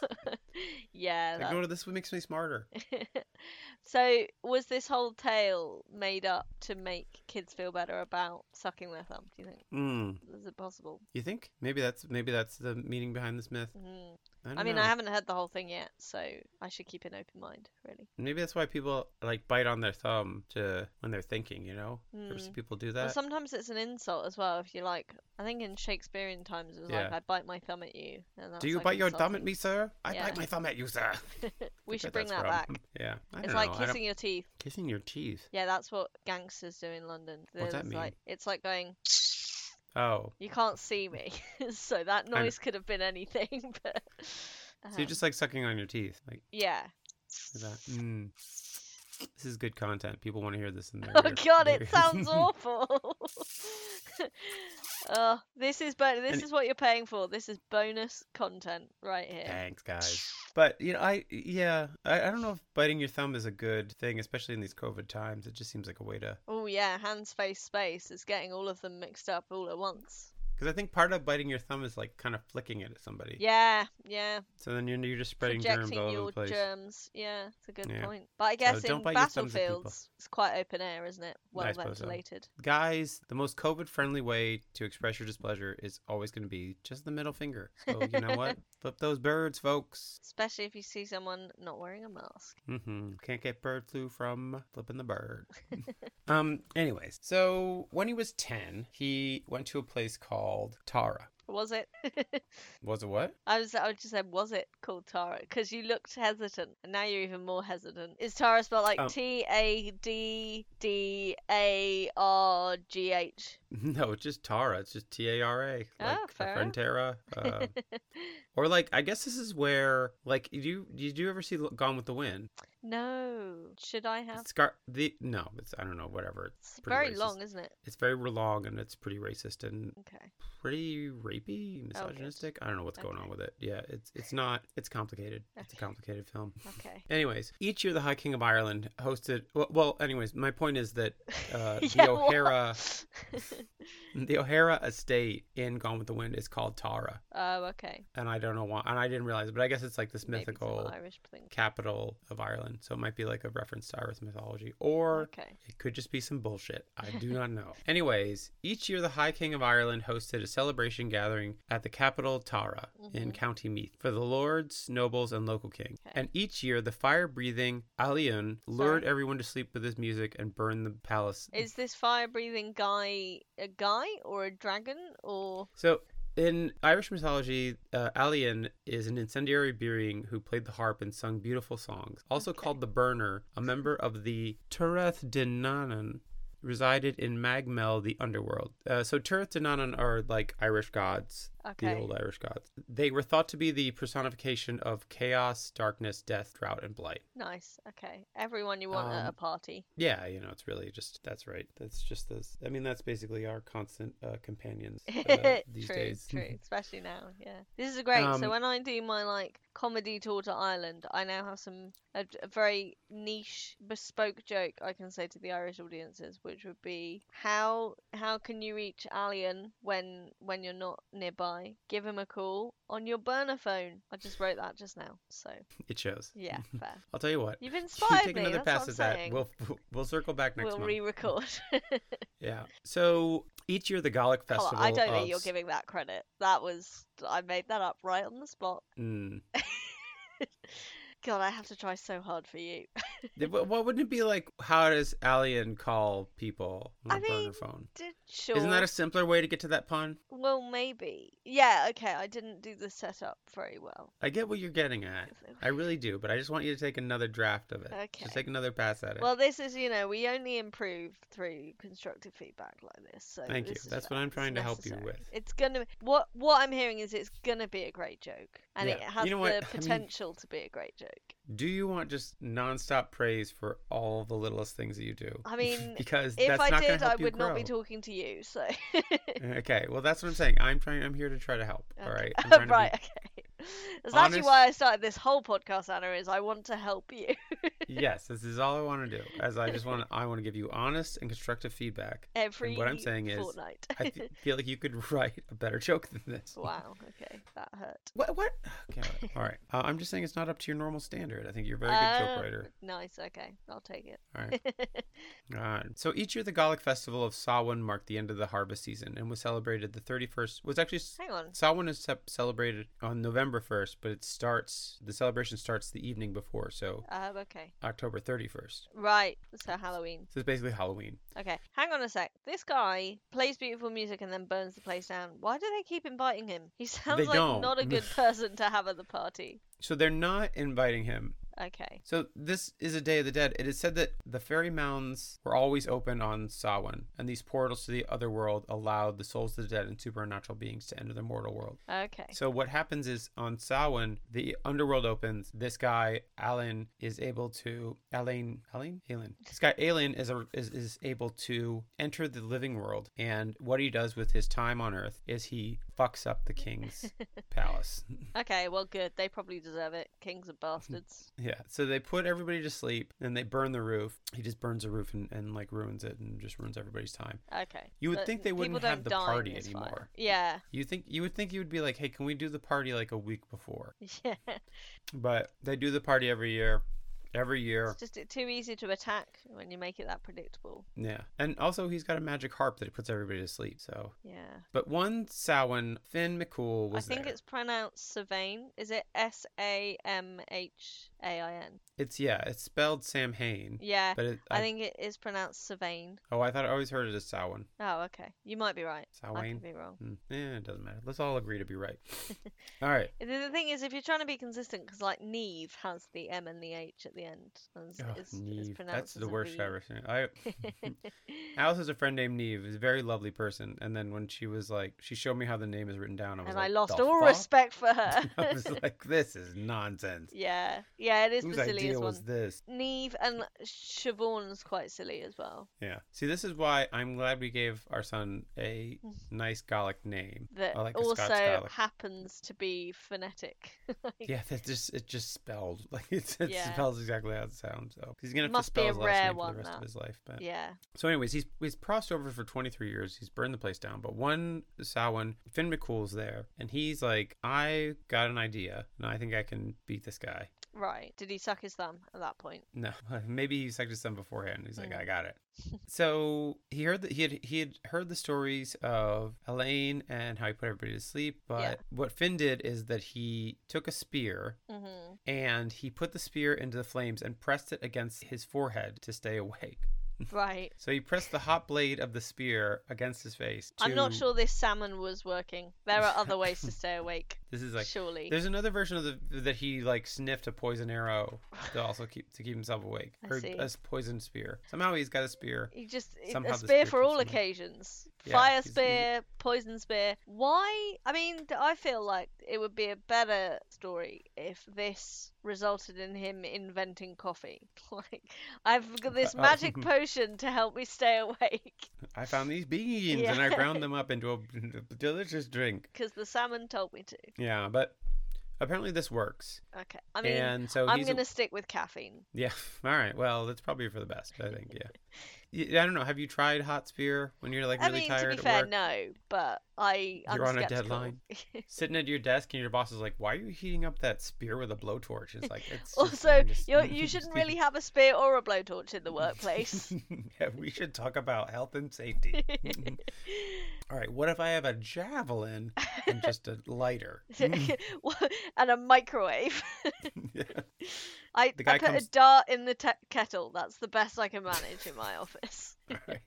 yeah.
Like, no, this makes me smarter.
that- so was this whole tale made up to make kids feel better about sucking their thumb, do you think?
Mm.
Is it possible?
You think? Maybe that's maybe that's the meaning behind this myth.
Mm.
I, don't
I mean,
know.
I haven't heard the whole thing yet, so I should keep an open mind, really.
Maybe that's why people like bite on their thumb to when they're thinking, you know? Ever
Mm.
see people do
Well,
that?
sometimes it's an insult as well. If you like, I think in Shakespearean times it was like,
Yeah.
"I bite my thumb at you." And that's
do you
like
bite your thumb at
insulting.
me, sir? I
Yeah.
bite my thumb at you, sir.
we
Where
should bring
that's
that
from.
back.
Yeah. I
It's
don't
like
know. I don't-
kissing your teeth.
kissing your teeth.
Yeah, that's what gangsters do in London.
What's that
There's,
mean?
Like, it's like going,
Oh.
"You can't see me," so that
kn-
noise could have been anything. But
So you're
um,
just like sucking on your teeth. Like
yeah.
is that. Mm. This is good content. People want to hear this in their
Oh
ear-
god,
their
it
ears.
sounds awful. oh, this is bon- this
And-
is what you're paying for. This is bonus content right here.
Thanks, guys. But you know, I yeah, I, I don't know if biting your thumb is a good thing, especially in these COVID times. It just seems like a way to
Oh yeah, hands, face, space. It's getting all of them mixed up all at once.
because I think part of biting your thumb is like kind of flicking it at somebody.
Yeah, yeah.
So then you're, you're just spreading germs
Projecting
all over
your
the place.
germs. Yeah, it's a good
Yeah.
point. But I guess
don't
in
bite your thumbs at people.
battlefields, it's quite open air, isn't it? Well
I suppose so.
ventilated.
Guys, the most COVID friendly way to express your displeasure is always going to be just the middle finger. So you know what? Flip those birds, folks.
Especially if you see someone not wearing a mask.
hmm Can't get bird flu from flipping the bird. um. Anyways, so when he was ten, he went to a place called Tara.
Was it?
Was it what?
I was, I just said, was it called Tara? Because you looked hesitant, and now you're even more hesitant. Is Tara spelled like
Um.
T A D D A R G H?
No, it's just Tara. It's just T A R A. Like
Oh, fair
our friend Tara. Uh, or like, I guess this is where like you did you ever see Gone with the Wind?
No. Should I have? It's,
Scar the no, it's I don't know whatever. pretty
very
racist.
long, isn't it?
It's very long and it's pretty racist and
Okay.
pretty rapey, misogynistic. I don't know what's going
Oh, Okay.
on with it. Yeah, it's it's not. It's complicated. It's a
Okay.
complicated film.
Okay.
Anyways, each year the High King of Ireland hosted. Well, well anyways, my point is that uh,
Yeah,
the
what?
O'Hara The O'Hara estate in Gone with the Wind is called Tara,
Oh, okay.
and I don't know why, and I didn't realize, it, but I guess it's like this
Maybe some
mythical
Irish thing.
capital of Ireland, so it might be like a reference to Irish mythology, or
Okay.
it could just be some bullshit. I do not know. Anyways, each year the High King of Ireland hosted a celebration gathering at the capital Tara in
Mhm.
County Meath for the lords, nobles, and local king.
Okay.
And each year the fire breathing Alien lured
Sorry.
everyone to sleep with his music and burned the palace.
Is this fire breathing guy a guy or a dragon or
so. In Irish mythology, uh, Alien is an incendiary being who played the harp and sung beautiful songs. Also
Okay.
called the Burner, a member of the Tureth Dinanan, resided in Magmel, the underworld. Uh, so Tureth Dinanan are like Irish gods,
okay?
the old Irish gods. They were thought to be the personification of chaos, darkness, death, drought, and blight.
Nice. Okay. Everyone you want at a
Um,
party.
Yeah, you know, it's really just that's right. That's just this. I mean, that's basically our constant uh, companions uh, these
true,
days.
true, especially now. Yeah, this is great.
Um,
so when I do my like comedy tour to Ireland, I now have some a, a very niche, bespoke joke I can say to the Irish audiences, which would be how how can you reach Alien when when you're not nearby? Give him a call on your burner phone. I just wrote that just now. So
It shows.
yeah, fair.
I'll tell you what.
You've inspired
take
me.
another
that's
pass
what I'm
at that.
saying.
We'll we'll circle back next
We'll
month.
re-record.
yeah. So each year the Gallic
Come on,
festival.
I don't
of...
think you're giving that credit. That was I made that up right on the spot.
Mm.
God, I have to try so hard for you.
Th- What what wouldn't it be like? How does Alien call people on
I
a burner
mean,
phone?
Did sure.
Isn't that a simpler way to get to that pun?
Well, maybe. Yeah. Okay. I didn't do the setup very well.
I get what you're getting at. I really do, but I just want you to take another draft of it.
Okay.
Just take another pass at it.
Well, this is you know we only improve through constructive feedback like this. So
Thank you.
this is
That's what
fair.
I'm
It's
trying to help you
necessary.
with.
It's gonna what what I'm hearing is it's gonna be a great joke, and
Yeah.
it has
You know what? I
the
mean-
potential to be a great joke.
do you want just nonstop praise for all the littlest things that you do?
I mean,
because
If
that's
I
not gonna
did,
help
I
you
would not be
grow.
talking to you. So
Okay, well that's what I'm saying. I'm trying. I'm here to try to help. All
Okay.
right. I'm trying to be-
right. Okay. That's actually why I started this whole podcast, Anna. Is I want to help you.
yes, this is all I want to do. As I just want, to, I want to give you honest and constructive feedback.
every
what I'm saying is,
fortnight.
I th- feel like you could write a better joke than this.
wow. Okay, that hurt.
What? What? Okay. all right. All right. Uh, I'm just saying it's not up to your normal standard. I think you're a very good
Uh,
joke writer.
Nice. Okay, I'll take it.
All right. God. So each year, the Gallic festival of Samhain marked the end of the harvest season and was celebrated the 31st. Was actually
Hang on.
Samhain is cep- celebrated on November 1st, but it starts. The celebration starts the evening before, so
Um, okay.
October 31st.
Right. So Halloween.
So it's basically Halloween.
Okay. Hang on a sec. This guy plays beautiful music and then burns the place down. Why do they keep inviting him? He sounds like
don't.
not a good person to have at the party.
So they're not inviting him.
Okay.
So this is a Day of the Dead. It is said that the fairy mounds were always open on Samhain, and these portals to the other world allowed the souls of the dead and supernatural beings to enter the mortal world.
Okay.
So what happens is on Samhain, the underworld opens. This guy Alan is able to Alan Alan Alan. This guy Alan is a, is is able to enter the living world, and what he does with his time on Earth is he fucks up the king's palace.
Okay. Well, good. They probably deserve it. Kings are bastards.
Yeah. So they put everybody to sleep and they burn the roof. He just burns the roof and, and like ruins it and just ruins everybody's time.
Okay.
You would
But
think they
people
wouldn't
don't
have the
die in
party
this fire.
anymore.
Yeah.
You think you would think you would be like, hey, can we do the party like a week before?
Yeah.
But they do the party every year. Every year.
It's just too easy to attack when you make it that predictable.
Yeah. And also he's got a magic harp that puts everybody to sleep. So
Yeah.
but one Samhain, Finn McCool
I
was
think
there.
it's pronounced Savain. Is it S A M H A I N?
It's yeah, it's spelled Sam Hain.
Yeah.
But it, I,
I think it is pronounced Savain.
oh I thought I always heard it as Samhain.
Oh, okay. You might be right. I
Samhain.
could be wrong.
Mm, Yeah, it doesn't matter. Let's all agree to be right. all right.
The the thing is, if you're trying to be consistent, because like Neve has the M and the H at the end, and it's,
Oh,
it's, it's
Neve.
pronounced
That's
as
the
a
worst
V.
I've ever seen. I Alice has a friend named Neve, is a very lovely person, and then when she was like, she showed me how the name is written down. I was
and
like,
I lost
"The
all
fuck?"
respect for her.
I was like, this is nonsense.
yeah, yeah, it is
Whose
the silliest
idea
one.
was this?
Neve and Siobhan's quite silly as well.
Yeah. See, this is why I'm glad we gave our son a nice Gaelic name.
That
I like the Scots
also
Gaelic.
happens to be phonetic. Like,
Yeah, that just it just spelled like it's, it
Yeah.
spells exactly how it sounds. So 'Cause he's gonna have
Must
to
be
spell his
a rare
last name for
one,
the rest
that.
of his life. But
Yeah.
so, anyways, he's he's crossed over for 23 years. He's burned the place down, but one Samhain, Finn McCool's there, and he's like, "I got an idea, and I think I can beat this guy."
Right. Did he suck his thumb at that point?
No, maybe he sucked his thumb beforehand. He's like,
Mm.
"I got it." so he heard that he had he had heard the stories of Elaine and how he put everybody to sleep, but
Yeah.
what Finn did is that he took a spear
Mm-hmm.
and he put the spear into the flames and pressed it against his forehead to stay awake.
Right.
So he pressed the hot blade of the spear against his face.
I'm not
to-
sure this salmon was working. There are other ways to stay awake.
This is like
surely.
there's another version of the that he like sniffed a poison arrow to also keep to keep himself awake
I
or
see.
a s- poison spear. Somehow he's got a spear.
You just it-
Somehow
a
the
spear
spear
for all
comes from it.
occasions.
Yeah,
Fire
he's- he's-
spear, poison spear. Why? I mean, d- I feel like it would be a better story if this resulted in him inventing coffee. Like, I've got this
Uh,
magic potion to help me stay awake
I found these beans and I
Yeah.
ground them up into a delicious drink.
because the salmon told me to.
Yeah, but apparently this works.
Okay. I mean,
and so
I'm
he's
gonna stick with caffeine.
yeah. All right. Well, that's probably for the best. I think. Yeah. Y- I don't know. Have you tried hot spear when you're like
I
really
mean, to
tired
be
at
fair,
work?
no, but I. I'm
You're on a
skeptical.
deadline. Sitting at your desk and your boss is like, "Why are you heating up that spear with a blowtorch?" It's like it's just-
Also,
I'm just-
you're, you shouldn't really have a spear or a blowtorch in the workplace.
yeah, we should talk about health and safety. All right, what if I have a javelin and just a lighter? Mm,
and a microwave.
yeah.
I,
The
I
guy
put
comes-
a dart in the te- kettle. That's the best I can manage in my office.
All right.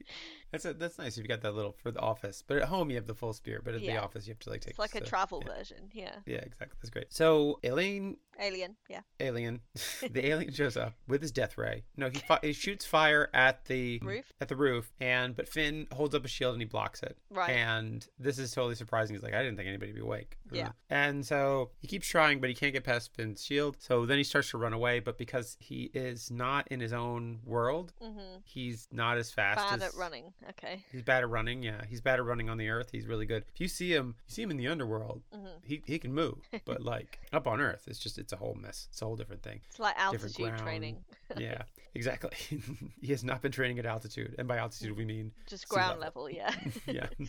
That's a, that's nice. You've got that little for the office, but at home you have the full spear. But at
Yeah.
the office you have to like take.
It's like a
so-
travel
yeah.
version. Yeah.
Yeah, exactly. That's great. So Elaine,
Alien. Yeah.
alien, the alien shows up with his death ray. No, he fi- he shoots fire at the
Roof.
at the roof, and but Finn holds up a shield and he blocks it.
Right.
And this is totally surprising. He's like, I didn't think anybody would be awake.
Yeah.
And so he keeps trying, but he can't get past Finn's shield. So then he starts to run away, but because he is not in his own world,
hmm
he's not as fast.
Bad
as-
at running. Okay.
He's bad at running. Yeah, he's bad at running on the earth. He's really good. If you see him, you see him in the underworld.
hmm
He he can move, but like up on Earth, it's just it's a whole mess. It's a whole different thing.
It's like
Different
altitude
ground.
training,
Yeah, exactly. he has not been training at altitude, and by altitude we mean
just
sea
ground
level.
level. Yeah.
yeah.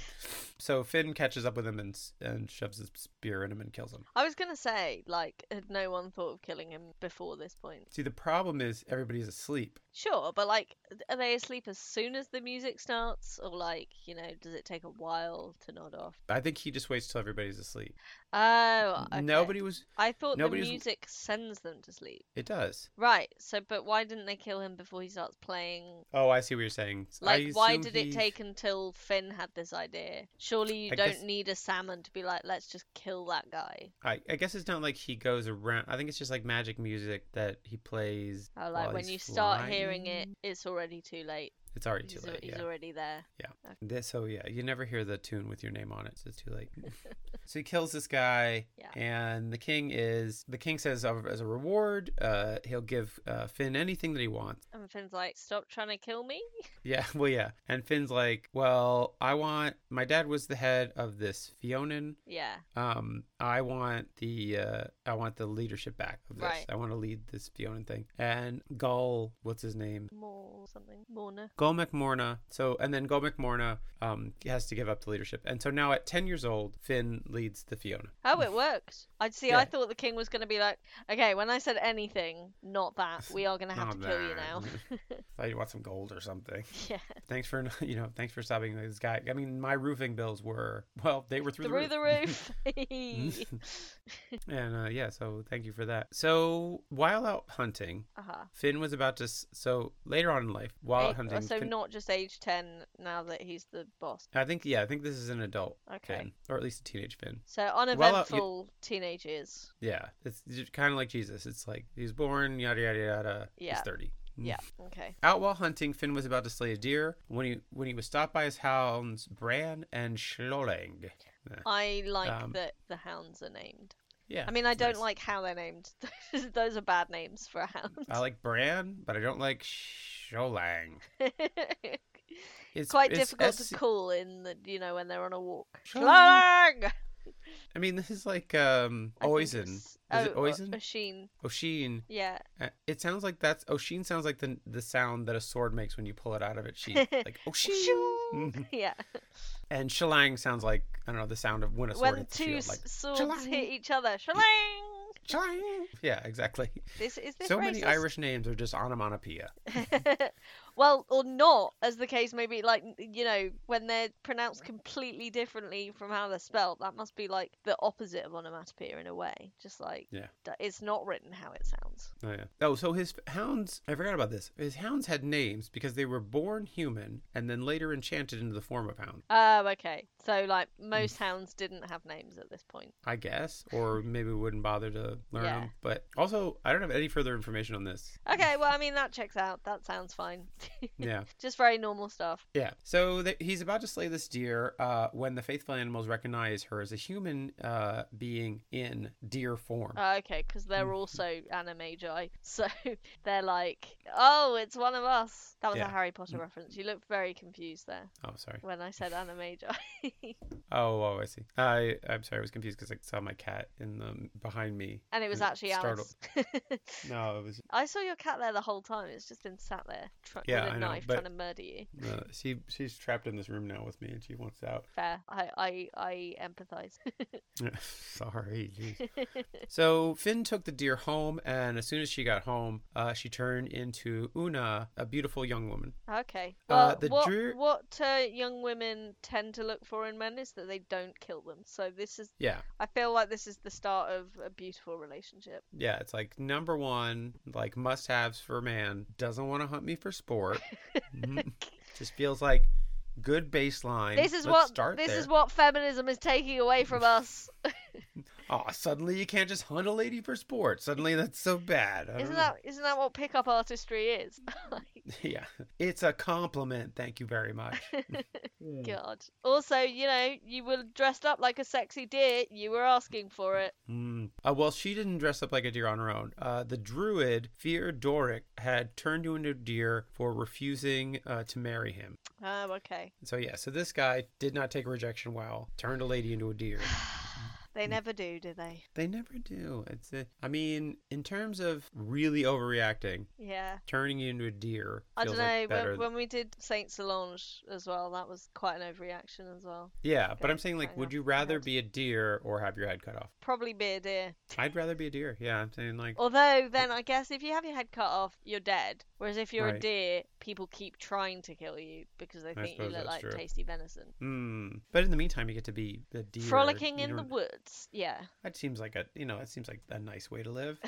So Finn catches up with him and s- and shoves his spear in him and kills him.
I was gonna say, like, had no one thought of killing him before this point?
See, the problem is everybody's asleep.
Sure, but like, are they asleep as soon as the music starts, or like, you know, does it take a while to nod off?
I think he just waits till everybody's asleep.
Oh, okay.
Nobody was.
I thought
nobody's-
the music sends them to sleep.
It does.
Right. So, but why didn't they kill him before he starts playing?
Oh, I see what you're saying. I
Like, why
assume
did it
he-
take until Finn had this idea? Surely you
I
don't
guess-
need a salmon to be like, let's just kill that guy.
I, I guess it's not like he goes around. I think it's just like magic music that he plays.
Oh, like
while
when
he's
you start hearing it,
flying.
it's already too late.
it's already too
he's, al-
late.
he's
yeah.
already there.
This, so yeah, you never hear the tune with your name on it. So it's too late. so he kills this guy,
Yeah.
and the king is the king says uh, as a reward, uh, he'll give uh, Finn anything that he wants.
And Finn's like, stop trying to kill me.
Yeah, well, yeah. And Finn's like, well, I want my dad was the head of this Fionin.
Yeah.
Um, I want the uh, I want the leadership back of this.
Right.
I want to lead this Fionin thing. And Gull, what's his name?
More something. Morna.
Gull McMorna. So, and then Gull McMorna um, has to give up the leadership. And so now at 10 years old, Finn leads the Fiona.
Oh, it worked. I see. I
Yeah.
thought the king was going to be like, okay, when I said anything, not that. We are going to have to
Not
kill you
that.
now.
Thought you want some gold or something.
yeah.
Thanks for, you know, thanks for stopping this guy. I mean, my roofing bills were, well, they were through,
Through the roof.
and uh, yeah, so thank you for that. So while out hunting,
uh-huh.
Finn was about to, s- so later on in life, while out
Eight-
hunting,
so
Finn-
not just age 10 now that he's the boss.
I think, yeah, I think this is an adult
Okay.
Finn, or at least a teenage Finn.
So
Well, uh, you-
uneventful teenage years.
Yeah, it's kind of like Jesus. It's like he was born, yada yada yada.
Yeah.
he's thirty.
Yeah. Okay.
Out while hunting, Finn was about to slay a deer when he when he was stopped by his hounds Bran and Schlolang.
I like
Um,
that the hounds are named.
Yeah,
I mean, I
it's
don't
nice.
like how they're named. Those are bad names for a hound.
I like Bran, but I don't like Schlolang. It's
Quite
it's
difficult
S-
to call in the, you know, when they're on a walk.
Shall
Schlag!
I mean, this is like um
I think
Oisin. Is
it's-
it
oh, O-
Oisin?
Oshin.
Oshin.
Yeah.
Uh, It sounds like that's Oshin sounds like the the sound that a sword makes when you pull it out of its sheath, like Oshin.
yeah.
and shalang sounds like I don't know the sound of when a sword
When
hits the
two
shield,
s
like
swords
"Shalang."
hit each other. Shalang!
shalang. Yeah, exactly.
This is this
So many
racist?
Irish names are just onomatopoeia.
well, or not, as the case may be. Like you know, when they're pronounced completely differently from how they're spelled, that must be like the opposite of onomatopoeia in a way. Just like
Yeah.
d- it's not written how it sounds.
Oh yeah. Oh, so his hounds. I forgot about this. His hounds had names because they were born human and then later enchanted into the form of hound.
Oh, okay. So like
Mm.
most hounds didn't have names at this point.
I guess, or maybe we wouldn't bother to learn
Yeah.
them. But also, I don't have any further information on this.
Okay, well, I mean that checks out. That sounds fine.
Yeah,
Just very normal stuff.
yeah. So th- he's about to slay this deer uh, when the faithful animals recognize her as a human uh, being in deer form.
Oh, okay, because
Mm.
they're also animagi, so they're like, oh, it's one of us. That was
Yeah. Mm.
a Harry Potter reference. You looked very confused there
oh, sorry.
when I said animagi.
Oh, oh, I see. I I'm sorry. I was confused because I saw my cat in the behind me.
And it was
Mm,
actually
startled.
Alice.
No, it was.
I saw your cat there the whole time. It's just been sat there tr-
Yeah,
with a
I know,
knife
but-
trying to murder you.
Uh, she she's trapped in this room now with me, and she wants out.
Fair. I I, I empathise.
Sorry. jeez. so Finn took the deer home, and as soon as she got home, uh, she turned into Una, a beautiful young woman.
okay. Well,
Uh, the
what
drear-
what uh, young women tend to look for in men is that they don't kill them. So this is.
Yeah,
I feel like this is the start of a beautiful relationship.
yeah. It's like number one, like must haves for a man. Doesn't want to hunt me for sport. Mhm. Just feels like good baseline.
This
Let's
is what
start
this
there.
is what feminism is taking away from us.
Oh, suddenly you can't just hunt a lady for sport. Suddenly that's so bad. I don't
Isn't
know.
that isn't that what pickup artistry is? Oh Like,
Yeah, it's a compliment. Thank you very much. Hmm.
God. Also, you know, you were dressed up like a sexy deer. You were asking for it.
Mm. Uh, well, she didn't dress up like a deer on her own. Uh, the druid, Fear Doric, had turned you into a deer for refusing uh, to marry him.
Oh, okay.
So, yeah, so this guy did not take rejection well, turned a lady into a deer. Hmm.
They never do, do they?
They never do. It's a, I mean, in terms of really overreacting,
Yeah.
turning you into a deer
Uh, I
feels
don't know.
like better.
when, when we did Saint Solange as well, that was quite an overreaction as well.
yeah, but
Okay,
I'm saying, like,
fair
would
enough.
you
I
rather
had-
be a deer or have your head cut off?
Probably be a deer.
I'd rather be a deer. Yeah, I'm saying, like,
Although, then I guess if you have your head cut off, you're dead. Whereas if you're a
Right.
deer, people keep trying to kill you because they think you
suppose
look
that's
like
true.
tasty venison.
hmm. But in the meantime, you get to be the deer.
Frolicking
You
in the
don't-
woods. Yeah.
That seems like a you know that seems like a nice way to live.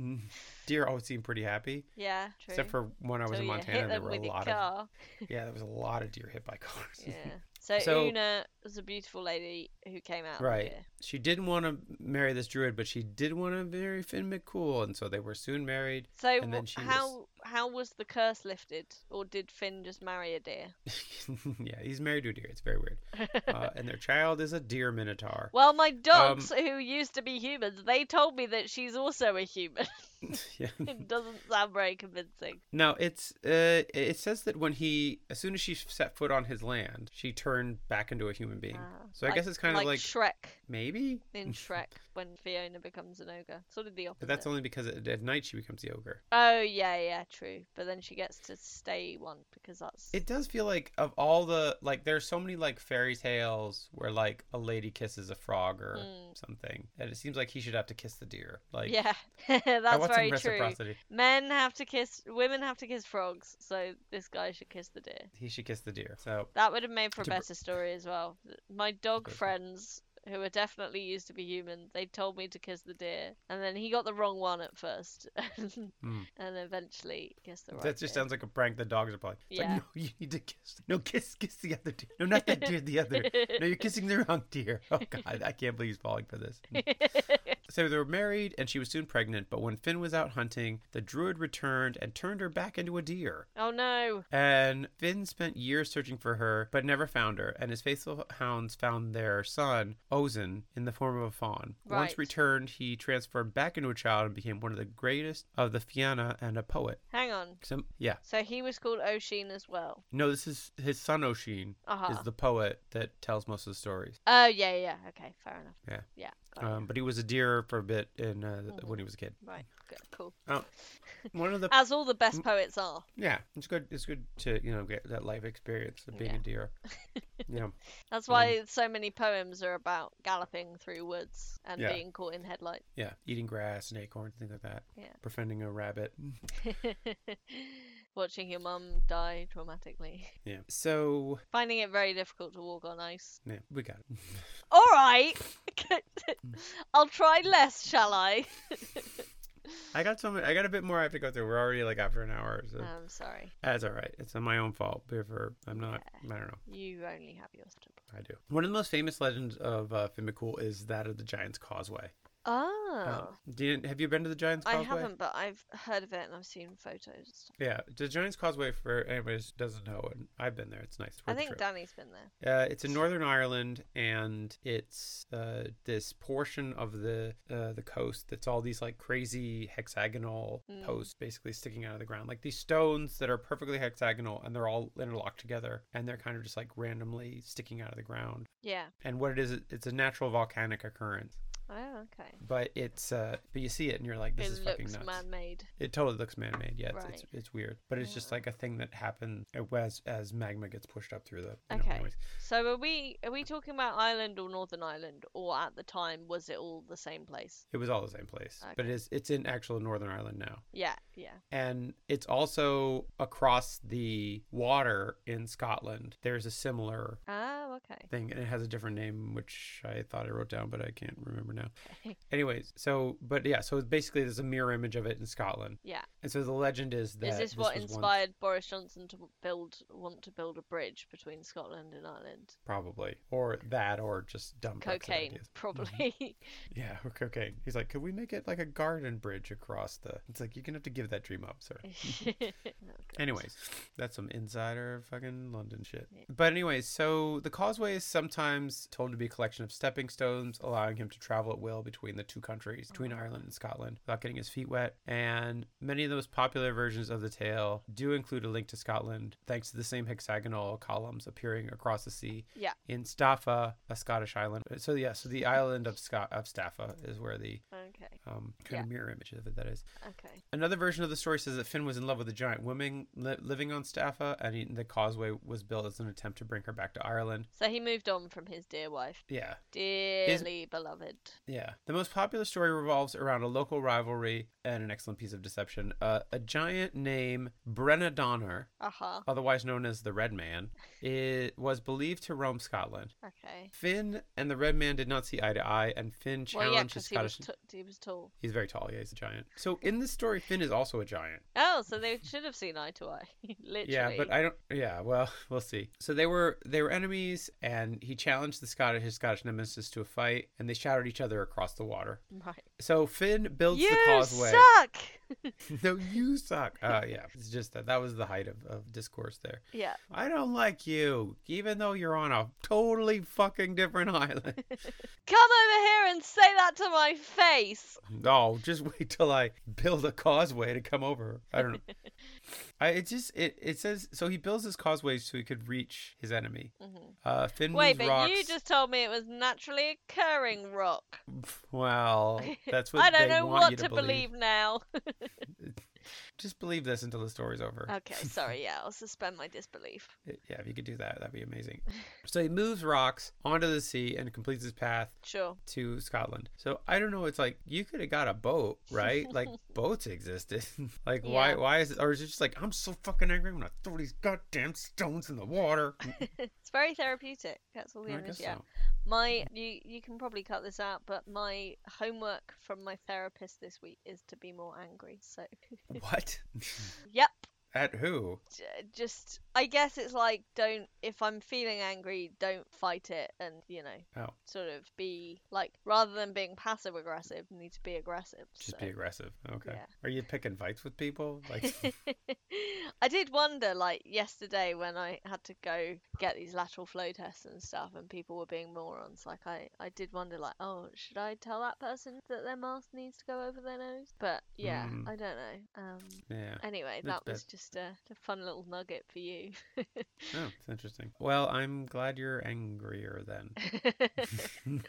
Mm. Deer always seem pretty happy,
Yeah. True.
except for when I was
Till
in
you
Montana.
Hit
There
them
were a
with your
lot of
car.
yeah, there was a lot of deer hit by cars.
Yeah. So,
So-
Una was a beautiful lady who came out. of a
Right.
deer.
She didn't want to marry this druid, but she did want to marry Finn McCool, and so they were soon married.
So
And then
wh-
she was-
how how was the curse lifted, or did Finn just marry a deer?
yeah, he's married to a deer. It's very weird. Uh, and their child is a deer minotaur.
Well, my dogs,
Um,
who used to be humans, they told me that she's also a human.
yeah.
it doesn't sound very convincing.
Now it's uh, it says that when he as soon as she set foot on his land, she turned back into a human being.
Ah,
so I guess it's kind of like
Shrek
maybe
in Shrek when Fiona becomes an ogre. Sort of the opposite.
But that's only because at, at night she becomes the ogre.
Oh yeah, yeah, true. But then she gets to stay one because that's
It does feel like of all the like there's so many like fairy tales where like a lady kisses a frog or
Mm.
something. And it seems like he should have to kiss the deer. Like
yeah,
I
that's
want
very
some
true.
reciprocity.
Men have to kiss, women have to kiss frogs, so this guy should kiss the deer.
He should kiss the deer. So
That would have made for a
To br-
better story as well. My dog
Okay.
friends, who are definitely used to be human, they told me to kiss the deer, and then he got the wrong one at first, and
Mm.
eventually kissed the right.
that just
deer.
sounds like a prank the dogs are playing. It's
Yeah.
like, no, you need to kiss no kiss kiss the other deer. No, not that deer, the other. No, you're kissing the wrong deer. Oh god, I can't believe he's falling for this. So they were married and she was soon pregnant, but when Finn was out hunting, the druid returned and turned her back into a deer.
Oh no.
And Finn spent years searching for her, but never found her, and his faithful hounds found their son, Ozan, in the form of a fawn. Once
Right.
returned, he transformed back into a child and became one of the greatest of the Fianna and a poet.
Hang on.
So, yeah.
So he was called Oshin as well.
No, this is his son Oshin
Uh-huh.
is the poet that tells most of the stories.
Oh yeah, yeah. yeah. Okay, fair enough.
Yeah.
Yeah. Got it.
Um, but he was a deer for a bit in uh,
Mhm.
when he was a kid.
Right. Good. Cool.
One of the
As all the best poets are.
yeah, it's good. It's good to you know get that life experience of being
Yeah.
a deer. yeah,
That's
um,
why so many poems are about galloping through woods and
Yeah.
being caught in headlights.
yeah, eating grass and acorns, things like that.
Yeah. Mm-hmm.
befriending a rabbit.
Watching your mum die traumatically.
Yeah. So
Finding it very difficult to walk on ice.
yeah, we got it.
All right. I'll try less, shall I?
I got some. I got a bit more I have to go through. We're already like after an hour, so
I'm Um, sorry.
that's all right. It's my own fault. Beaver, I'm not. I don't know.
You only have yours to play.
I do. One of the most famous legends of uh, Fimbulcool is that of the Giant's Causeway.
Oh.
Uh, do you, have you been to the Giant's
I
Causeway?
haven't, but I've heard of it and I've seen photos and stuff.
Yeah, the Giant's Causeway for anybody who doesn't know, and I've been there. It's nice. It's
I
worth the
think
trip.
Danny's been there.
Uh, it's in Northern Ireland, and it's uh, this portion of the uh, the coast that's all these like crazy hexagonal
Mm.
posts basically sticking out of the ground, like these stones that are perfectly hexagonal and they're all interlocked together, and they're kind of just like randomly sticking out of the ground.
Yeah.
And what it is, it- it's a natural volcanic occurrence,
Oh, okay.
but it's uh, but you see it and you're like, this is
it
fucking
looks
nuts.
man-made.
It totally looks man-made. Yeah, it's, it's,
Right.
it's weird, but it's just
Yeah.
like a thing that happened uh, as as magma gets pushed up through the. You know,
Okay.
anyways.
So are we are we talking about Ireland or Northern Ireland or at the time was it all the same place?
It was all the same place, but it is it's in actual Northern Ireland now,
Yeah, yeah.
and it's also across the water in Scotland. There's a similar
Oh, okay.
thing, and it has a different name, which I thought I wrote down, but I can't remember now. Anyways, so but yeah, so basically there's a mirror image of it in Scotland,
Yeah.
and so the legend is that
Is this what
was once-
inspired Boris Johnson to build want to build a bridge between Scotland and Ireland?
probably, or that, or just dumb Brexit
Cocaine,
ideas.
probably.
Yeah, or cocaine. He's like, could we make it like a garden bridge across the? It's like you're gonna have to give that dream up, sir.
Oh, God.
Anyways, that's some insider fucking London shit.
Yeah.
But anyways, so the causeway is sometimes told to be a collection of stepping stones, allowing him to travel at will between the two countries, between Ireland and Scotland, without getting his feet wet. And many of the most popular versions of the tale do include a link to Scotland, thanks to the same hexagonal columns appearing across the sea
Yeah.
in Staffa, a Scottish island. So yeah, so the island of Scot of Staffa is where the
Okay,
um, kind of mirror image of it that is.
okay.
Another version of the story says that Finn was in love with a giant woman li- living on Staffa, and he, the causeway was built as an attempt to bring her back to Ireland.
So he moved on from his dear wife,
Yeah,
dearly beloved.
yeah. The most popular story revolves around a local rivalry and an excellent piece of deception. Uh, a giant named Brenna Donner,
Uh huh.
otherwise known as the Red Man, it was believed to roam Scotland.
Okay.
Finn and the Red Man did not see eye to eye, and Finn
Well,
challenged
yeah,
his
because he was
Scottish.
t- he was tall.
He's very tall. Yeah, he's a giant. So in this story, Finn is also a giant.
Oh, so they should have seen eye to eye. Literally.
Yeah, but I don't. Yeah, well, we'll see. So they were they were enemies, and he challenged the Scottish his Scottish nemesis to a fight, and they shouted each other across the water.
Right.
So Finn builds
You
the causeway.
suck.
no, you suck. Uh, yeah, it's just that that was the height of, of discourse there.
yeah.
I don't like you, even though you're on a totally fucking different island.
Come over here and say that to my face.
No, just wait till I build a causeway to come over. I don't know. I, it just it, it says so he builds his causeway so he could reach his enemy.
Mhm.
Uh, Finn
Wait, but
moves rocks.
you just told me it was naturally occurring rock.
Well, that's what
I don't
they
know
want
what
you
to believe now.
Just believe this until the story's over.
okay, sorry. Yeah, I'll suspend my disbelief.
Yeah, if you could do that, that'd be amazing. so he moves rocks onto the sea and completes his path
Sure.
to Scotland. So I don't know. It's like you could have got a boat, right? Like boats existed. like why?
Yeah.
Why is it? Or is it just like I'm so fucking angry? I'm gonna throw these goddamn stones in the water.
It's very therapeutic. That's all the
I
energy.
guess
Yeah.
so.
My you you can probably cut this out, but my homework from my therapist this week is to be more angry. So
What?
Yep.
At who?
J- Just, I guess it's like, don't, if I'm feeling angry, don't fight it and, you know,
Oh.
sort of be like, rather than being passive aggressive, you need to be aggressive.
Just
so.
be aggressive. Okay.
yeah.
Are you picking fights with people? Like,
I did wonder, like yesterday when I had to go get these lateral flow tests and stuff, and people were being morons. Like I, I did wonder, like, oh, should I tell that person that their mask needs to go over their nose? But yeah,
Mm.
I don't know. Um,
yeah.
anyway,
That's
that was
bad.
just a, a fun little nugget for you.
Oh, it's interesting. Well, I'm glad you're angrier then.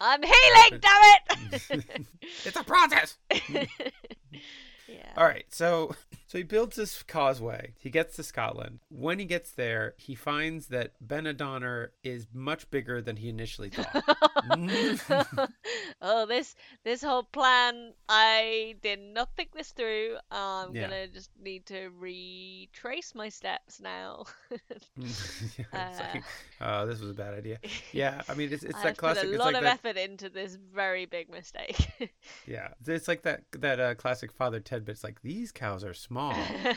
I'm healing, damn
it's a process.
it! yeah.
All right, so so he builds this causeway. He gets to Scotland. When he gets there, he finds that Ben O'Donnell is much bigger than he initially thought.
oh, this this whole plan, I did not think this through. I'm
Yeah.
gonna just need to retrace my steps now.
Yeah, it's
Uh.
like, oh, this was a bad idea. Yeah, I mean, it's it's
I
that
have
classic.
put a
It's
lot
like
of
that.
effort into this very big mistake.
Yeah, it's like that that uh, classic Father Ted bit's like these cows are small. Oh.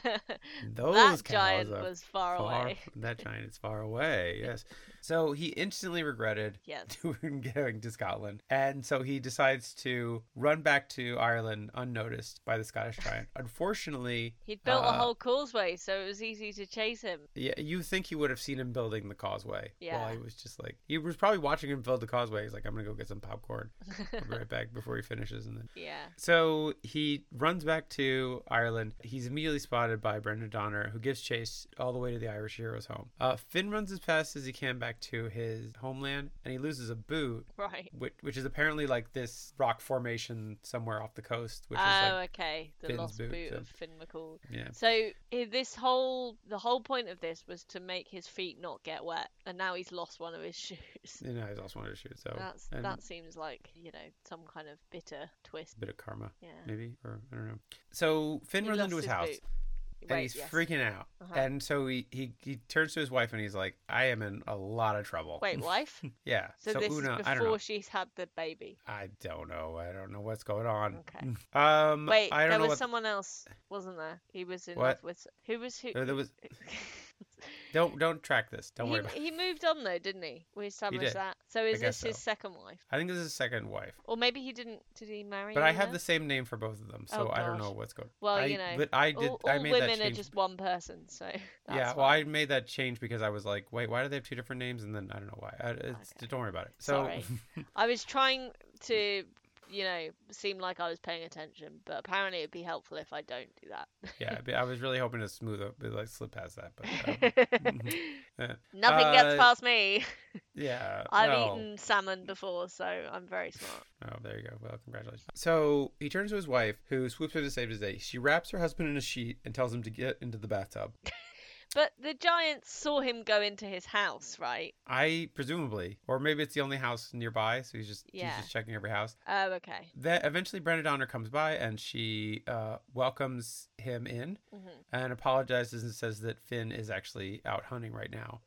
Those cows
that giant
are
was far, away.
That giant is far away. Yes. So he instantly regretted
Yes.
going to Scotland, and so he decides to run back to Ireland unnoticed by the Scottish giant. Unfortunately,
He'd built a
uh,
whole causeway, so it was easy to chase him.
Yeah, you think he would have seen him building the causeway?
Yeah.
While he was just like, he was probably watching him build the causeway. He's like, I'm gonna go get some popcorn. I'll be right back before he finishes, and then.
yeah.
So he runs back to Ireland. He's immediately spotted by Brendan Donner, who gives chase all the way to the Irish hero's home. Uh, Finn runs as fast as he can back to his homeland, and he loses a boot,
Right.
which, which is apparently like this rock formation somewhere off the coast, which is
Oh,
like,
okay. The
Finn's
lost
boot,
boot,
so-
of Finn McCall.
yeah.
So i- this whole the whole point of this was to make his feet not get wet, and now he's lost one of his shoes.
You know, he's also wanted to shoot, so
That's
and
that seems like you know some kind of bitter twist.
a bit of karma,
Yeah.
maybe, or I don't know. So Finn
He
runs
lost
into his,
his
house.
boot.
and he's freaking out.
Uh-huh.
And so he, he he turns to his wife and he's like, "I am in a lot of trouble."
Wait, wife?
yeah.
So, this
Una,
is
I don't know.
before she's had the baby.
I don't know. I don't know what's going on.
Okay.
Um,
Wait,
Mm. I don't
there
know
was
what.
someone else, wasn't there? He was in
What?
love with who was who?
uh, There was. Don't don't track this. Don't worry
he,
about. it.
he moved on though, didn't he? We established
did.
that. So is
guess
this his
so.
second wife,
I think this is his second wife,
or maybe he didn't? Did he marry?
but I have
Una?
the same name for both of them, so
Oh,
I don't
gosh.
know what's going.
Well,
I,
you know,
but I did.
All,
I
all
made that
women are
change.
just one person, so
yeah,
that's
well,
fine.
I made that change because I was like, wait, why do they have two different names? And then I don't know why. I, it's,
Okay.
Don't worry about it. So,
Sorry. I was trying to, you know, seem like I was paying attention, but apparently it'd be helpful if I don't do
yeah, but I was really hoping to smooth up, but like slip past that. But um,
that.
yeah.
Nothing
Uh,
gets past me.
yeah,
I've
well.
eaten salmon before, so I'm very smart.
Oh, there you go. Well, congratulations. So he turns to his wife, who swoops in to save his day. She wraps her husband in a sheet and tells him to get into the bathtub.
But the giants saw him go into his house, right?
I presumably, or maybe it's the only house nearby, so he's just
Yeah.
he's just checking every house.
Oh, okay.
Then eventually, Brenda Donner comes by and she uh, welcomes him in
Mhm.
and apologizes and says that Finn is actually out hunting right now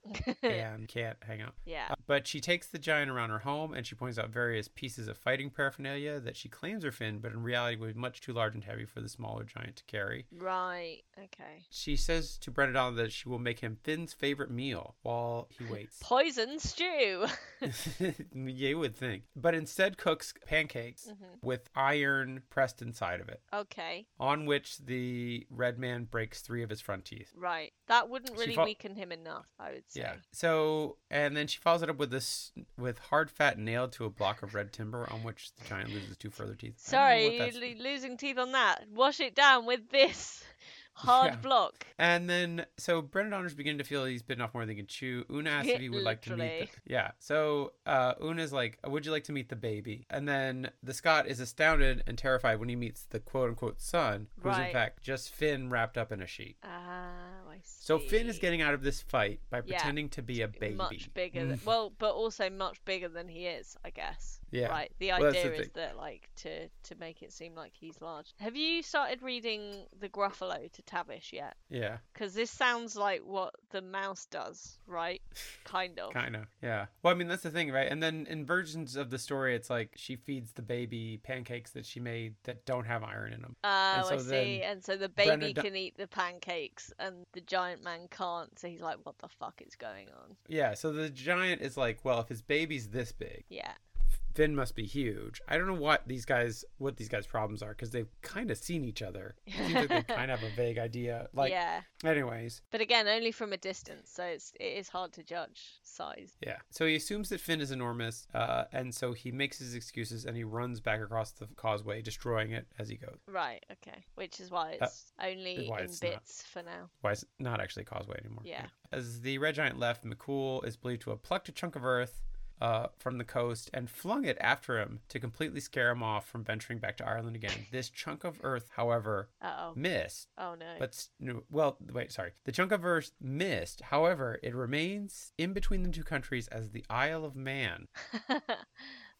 and can't hang out.
yeah.
Uh, But she takes the giant around her home and she points out various pieces of fighting paraphernalia that she claims are Finn, but in reality was much too large and heavy for the smaller giant to carry.
Right. Okay.
She says to Brendan that she will make him Finn's favorite meal while he waits.
Poison stew.
you would think. But instead cooks pancakes
Mhm.
with iron pressed inside of it,
okay.
on which the red man breaks three of his front teeth.
Right. That wouldn't
She
really
fo-
weaken him enough, I would say.
Yeah. So, and then she follows it up with this, with hard fat nailed to a block of red timber on which the giant loses two further teeth. I don't know what
Sorry, you're
that's-
lo- losing teeth on that. Wash it down with this hard
Yeah.
block.
And then, so Brendan Donner's beginning to feel he's bitten off more than he can chew. Una asks if he would like to meet.
Literally.
The, yeah. So uh, Una's like, "Would you like to meet the baby?" And then the Scot is astounded and terrified when he meets the quote unquote son, who's in
Right.
fact just Finn wrapped up in a sheet.
Ah, I see.
So Finn is getting out of this fight by
Yeah.
pretending to be a baby. Mm.
much bigger than, well but also much bigger than he is i guess
Yeah.
right the
Well, that's
idea
the
is
thing.
that like to to make it seem like he's large have you started reading the gruffalo to tavish yet
Yeah,
because this sounds like what the mouse does right kind of
kind of. Yeah. Well, I mean, that's the thing, right? And then in versions of the story, it's like she feeds the baby pancakes that she made that don't have iron in them.
Oh,
And
I
so
see.
then
And so the
Brenna
baby
do-
can eat the pancakes, and the giant man can't. So he's like, "What the fuck is going on?"
Yeah. So the giant is like, well, if his baby's this big,
Yeah,
Finn must be huge. I don't know what these guys, what these guys' problems are, because they've kind of seen each other. It seems like they kind of have a vague idea. Like,
yeah.
anyways,
But again, only from a distance, so it's it is hard to judge size.
yeah. So he assumes that Finn is enormous, uh, and so he makes his excuses and he runs back across the causeway, destroying it as he goes.
Right. Okay. Which is why
Uh,
it's only
why
in
it's not.
bits for now.
Why it's not actually a causeway anymore?
Yeah.
As the red giant left, McCool is believed to have plucked a chunk of earth. Uh, from the coast and flung it after him to completely scare him off from venturing back to Ireland again. This chunk of earth, however,
Oh.
missed
Oh no.
But s- no, well, wait, sorry. The chunk of verse missed. However, it remains in between the two countries as the Isle of Man.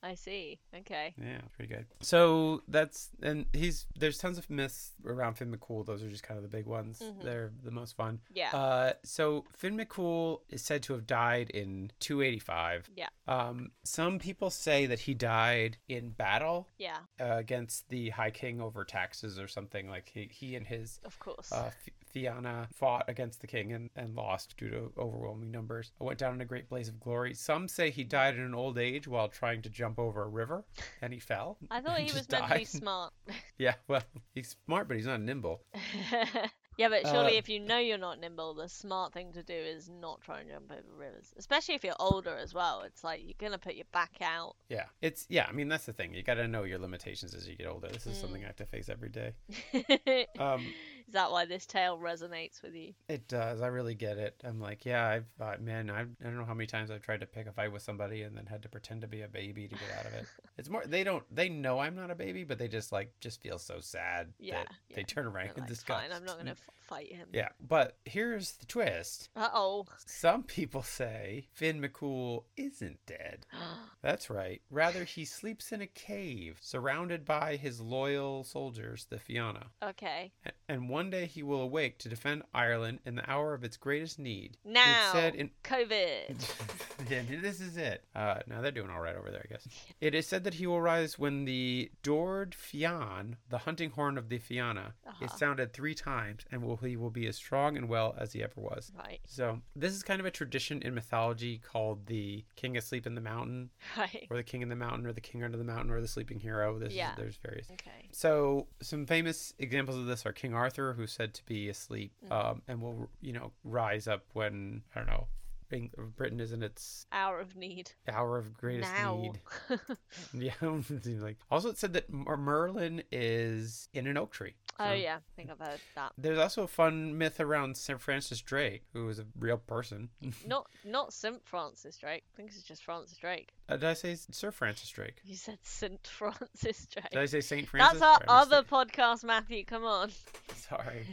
I see. Okay.
Yeah, pretty good. So that's and he's there's tons of myths around Finn McCool. Those are just kind of the big ones.
Mhm.
They're the most fun.
Yeah.
Uh, so Finn McCool is said to have died in 285.
Yeah.
Um, some people say that he died in battle
yeah.
uh, against the High King over taxes or something. Like he he and his
Of course.
uh, F- Fianna fought against the king and, and lost due to overwhelming numbers. I went down in a great blaze of glory. Some say he died in an old age while trying to jump over a river, and he fell.
I thought
and
he was
just
meant to be
died.
smart.
Yeah, well, he's smart, but he's not nimble.
yeah, but surely
Uh,
if you know you're not nimble, the smart thing to do is not try and jump over rivers. Especially if you're older as well. It's like you're gonna put your back out.
Yeah, it's yeah. I mean, that's the thing. You got to know your limitations as you get older. This is
Mm.
something I have to face every day. Um,
is that why this tale resonates with you?
It does. I really get it. I'm like, yeah, I've uh, man, I've, I don't know how many times I've tried to pick a fight with somebody and then had to pretend to be a baby to get out of it. It's more they don't they know I'm not a baby, but they just like just feel so sad
Yeah,
that they
yeah.
turn around
And
and
like,
disgust.
fine, I'm not gonna f- fight him.
Mm. Yeah, but here's the twist.
Uh oh.
Some people say Finn McCool isn't dead. That's right. Rather, he sleeps in a cave surrounded by his loyal soldiers, the Fianna.
okay.
A- and one day he will awake to defend Ireland in the hour of its greatest need.
Now.
It said in.
COVID.
Yeah, this is it. Uh, now they're doing all right over there, I guess. It is said that he will rise when the Dord Fian, the hunting horn of the Fianna, is
Uh-huh.
sounded three times, and will he will be as strong and well as he ever was.
right.
So this is kind of a tradition in mythology called the King Asleep in the Mountain,
Right.
or the King in the Mountain, or the King Under the Mountain, or the Sleeping Hero. This
Yeah.
is, there's various
Okay.
so some famous examples of this are King Arthur, who's said to be asleep,
Mm.
um, and will you know rise up when I don't know, Eng- Britain is in its
Hour of need.
hour of greatest
Now. Oh,
need. Yeah, like also it said that Mer- Merlin is in an oak tree.
oh
So-
yeah, I think I've heard that.
There's also a fun myth around Sir Francis Drake, who was a real person. Uh,
Not not St. Francis Drake. I think it's just Francis Drake.
Uh, Did I say Sir Francis Drake?
You said St. Francis Drake.
Did I say Saint Francis?
That's our
Or I missed
other
it?
podcast, Matthew. Come on.
Sorry.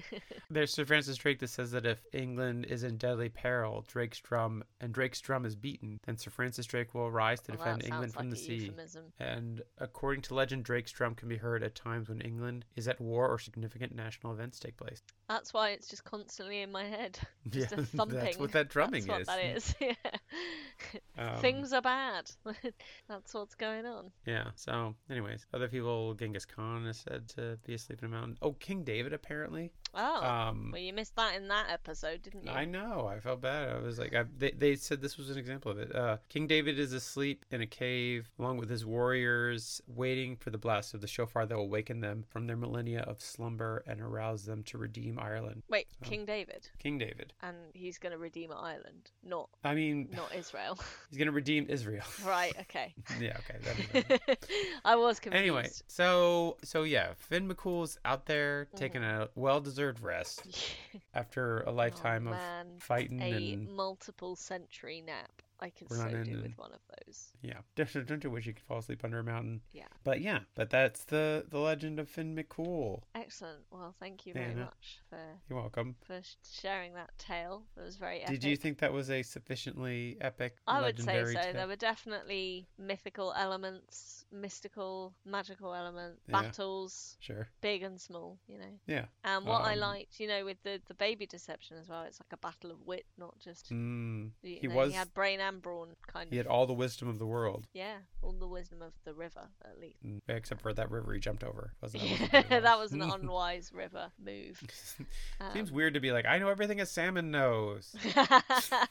There's Sir Francis Drake that says that if England is in deadly peril, Drake's drum and Drake's drum is beaten, then Sir Francis Drake will rise to
Well,
defend
that
England
sounds
from
like
the
a
sea.
euphemism.
And according to legend, Drake's drum can be heard at times when England is at war or significant national events take place.
That's why it's just constantly in my head. Just a
that's
thumping.
what that drumming
That's
is.
what that is. Yeah.
Um,
Things are bad. That's what's going on.
Yeah. So, anyways, other people, Genghis Khan is said to be asleep in a mountain. Oh, King David apparently.
Oh,
um,
well, you missed that in that episode, didn't you?
I know. I felt bad. I was like, I, they, they said this was an example of it. Uh, King David is asleep in a cave along with his warriors, waiting for the blast of the shofar that will awaken them from their millennia of slumber and arouse them to redeem Ireland.
Wait,
So-
King David,
King David.
and he's going to redeem Ireland, not
I mean,
not Israel.
he's going to redeem Israel.
right? Okay.
yeah, okay. That makes sense.
I was confused. Mm-hmm.
Anyway, so so yeah, Finn McCool's out there taking a well-deserved rest after a lifetime of
Oh, man.
fighting
a
and
multiple century nap. I can
We're
so
not
do
in-
with one of those.
Yeah. Don't you wish you could fall asleep under a mountain?
Yeah.
But yeah, but that's the the legend of Finn McCool.
Excellent. Well, thank you very
Diana.
much for
You're welcome.
for sh- sharing that tale. That was very epic.
Did you think that was a sufficiently epic?
I would say
legendary
so.
tale?
There were definitely mythical elements, mystical, magical elements,
Yeah.
battles,
Sure.
big and small, you know.
Yeah.
And what I
Um,
liked, you know, with the, the baby deception as well, it's like a battle of wit, not just.
Mm.
You
He
know,
was.
He had brain and brawn, kind
He
of.
had all the wisdom of the world,
Yeah, all the wisdom of the river, at least.
Mm, except for that river he jumped over. Wasn't that wasn't very
that was
wise.
an unwise river move.
Seems
Um,
weird to be like, I know everything a salmon knows.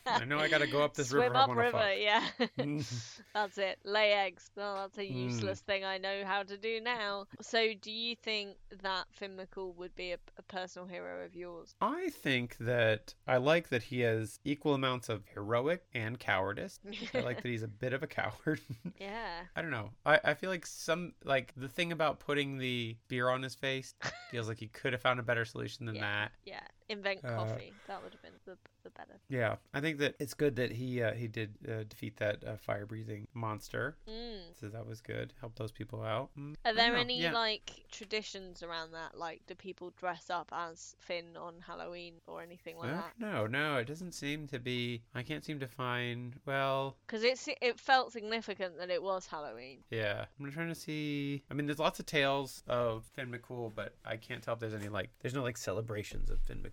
I know I gotta go up this
Swim
river, I
Up
wanna
river,
fuck.
yeah.
Mm.
that's it. Lay eggs. No, that's a
Mm.
useless thing I know how to do now. So, do you think that Finn McCool would be a, a personal hero of yours?
I think that I like that he has equal amounts of heroic and cowardice. I like that he's a bit of a coward.
yeah.
I don't know. I, I feel like some like the thing about putting the beer on his face feels like he could have found a better solution than
Yeah.
that.
Yeah. Invent
Uh,
coffee. That would have been the, the better.
Yeah, I think that it's good that he uh, he did uh, defeat that uh, fire breathing monster.
Mm.
So that was good. Help those people out. Mm, I
Are
don't
there
know.
any
Yeah.
like traditions around that? Like, do people dress up as Finn on Halloween or anything like that?
No, no, it doesn't seem to be. I can't seem to find. Well,
Because it's it felt significant that it was Halloween.
yeah. I'm trying to see. I mean, there's lots of tales of Finn McCool, but I can't tell if there's any like. There's no like celebrations of Finn McCool.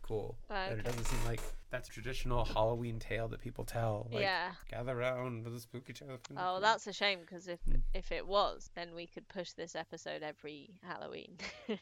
And it
Okay.
doesn't seem like that's a traditional Halloween tale that people tell. Like,
yeah.
Gather around for the spooky tale. of Finn
Oh,
McCool.
that's a shame because if
Mm.
if it was, then we could push this episode every Halloween.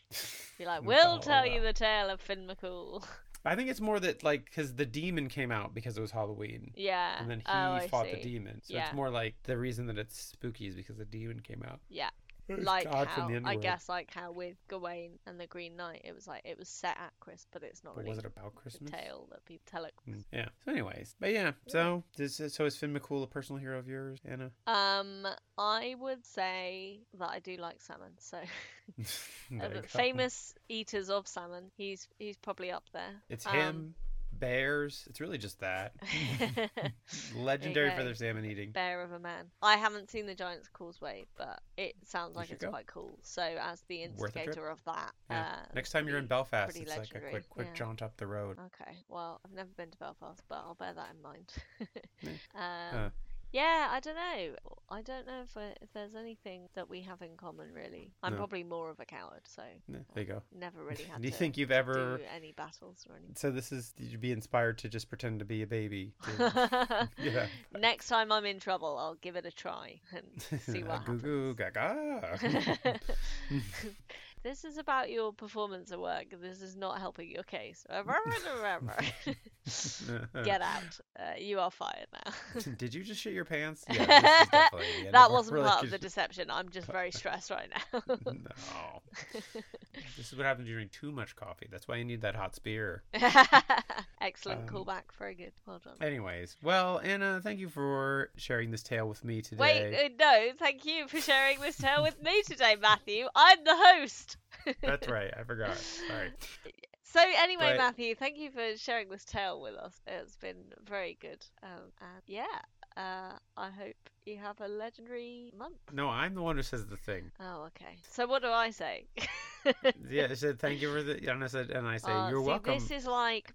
Be like,
Oh,
we'll tell you
wow.
the tale of Finn McCool.
I think it's more that like because the demon came out because it was Halloween.
yeah.
And then he
oh, I
fought the
see.
demon. So
Yeah.
it's more like the reason that it's spooky is because the demon came out.
Yeah.
It's
Like
God
how
from the
I
underworld.
guess like how with Gawain and the Green Knight, it was like it was set at Chris, but it's not
But
really
was it about
a
Christmas?
tale that people tell at Christmas.
Mm, Yeah. So, anyways, but yeah. So, does, so is Finn McCool a personal hero of yours, Anna?
Um, I would say that I do like salmon, so
There
of
you
the
go.
famous eaters of salmon, he's he's probably up there.
It's
um,
him. Bears. It's really just that. Legendary for
go.
their salmon eating.
Bear of a man. I haven't seen the Giant's Causeway, but it sounds like
should
it's
go.
quite cool. So as the
Worth a trip.
instigator of that,
Yeah.
uh,
Next time you're in
that'd
Belfast,
pretty
it's like a
legendary,
quick, quick
yeah. Uh-huh.
jaunt up the road.
be- Okay, well I've never been to Belfast, but I'll bear that in mind.
Yeah.
um,
Uh.
Yeah, I don't know. I don't know if, I, if there's anything that we have in common really. I'm
No.
probably more of a coward, so
Yeah, there you go.
never really had
Do you
to
think you've ever?
do any battles or anything.
So this is you'd be inspired to just pretend to be a baby. to- yeah.
Next time I'm in trouble, I'll give it a try and see what
goo goo
happens.
gaga.
this is about your performance at work. This is not helping your case. Get out. Uh, you are fired now.
Did you just shit your pants? Yeah, this is definitely the end of
that
our
wasn't part of the
relationship.
deception. I'm just very stressed right now.
no. This is what happens when you drink too much coffee. That's why you need that hot spear.
Excellent
Um,
callback. Very good. Well done.
Anyways, well, Anna, thank you for sharing this tale with me today.
Wait, uh, no, thank you for sharing this tale with me today, Matthew. I'm the host.
That's right. I forgot. Sorry.
So anyway,
But-
Matthew, thank you for sharing this tale with us. It's been very good. Um, and yeah, uh, I hope you have a legendary month.
No, I'm the one who says the thing.
Oh, okay. So what do I say?
Yeah, I said thank you for the. Anna said, and I say
Uh,
you're
see,
welcome.
This is like,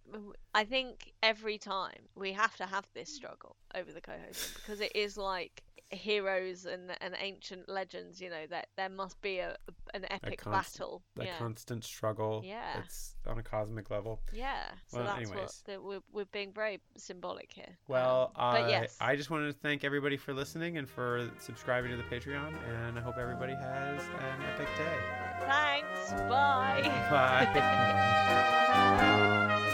I think every time we have to have this struggle over the co-hosting because it is like heroes and, and ancient legends. You know that there must be a an epic
const-
battle.
a
yeah.
constant struggle.
Yeah. Um,
It's on a cosmic level.
Yeah, so
Well,
that's what
anyways.
the, we're, we're being very symbolic here.
Well,
Um,
I,
but yes,
I just wanted to thank everybody for listening and for subscribing to the Patreon, and I hope everybody has an epic day.
thanks. Bye.
Bye.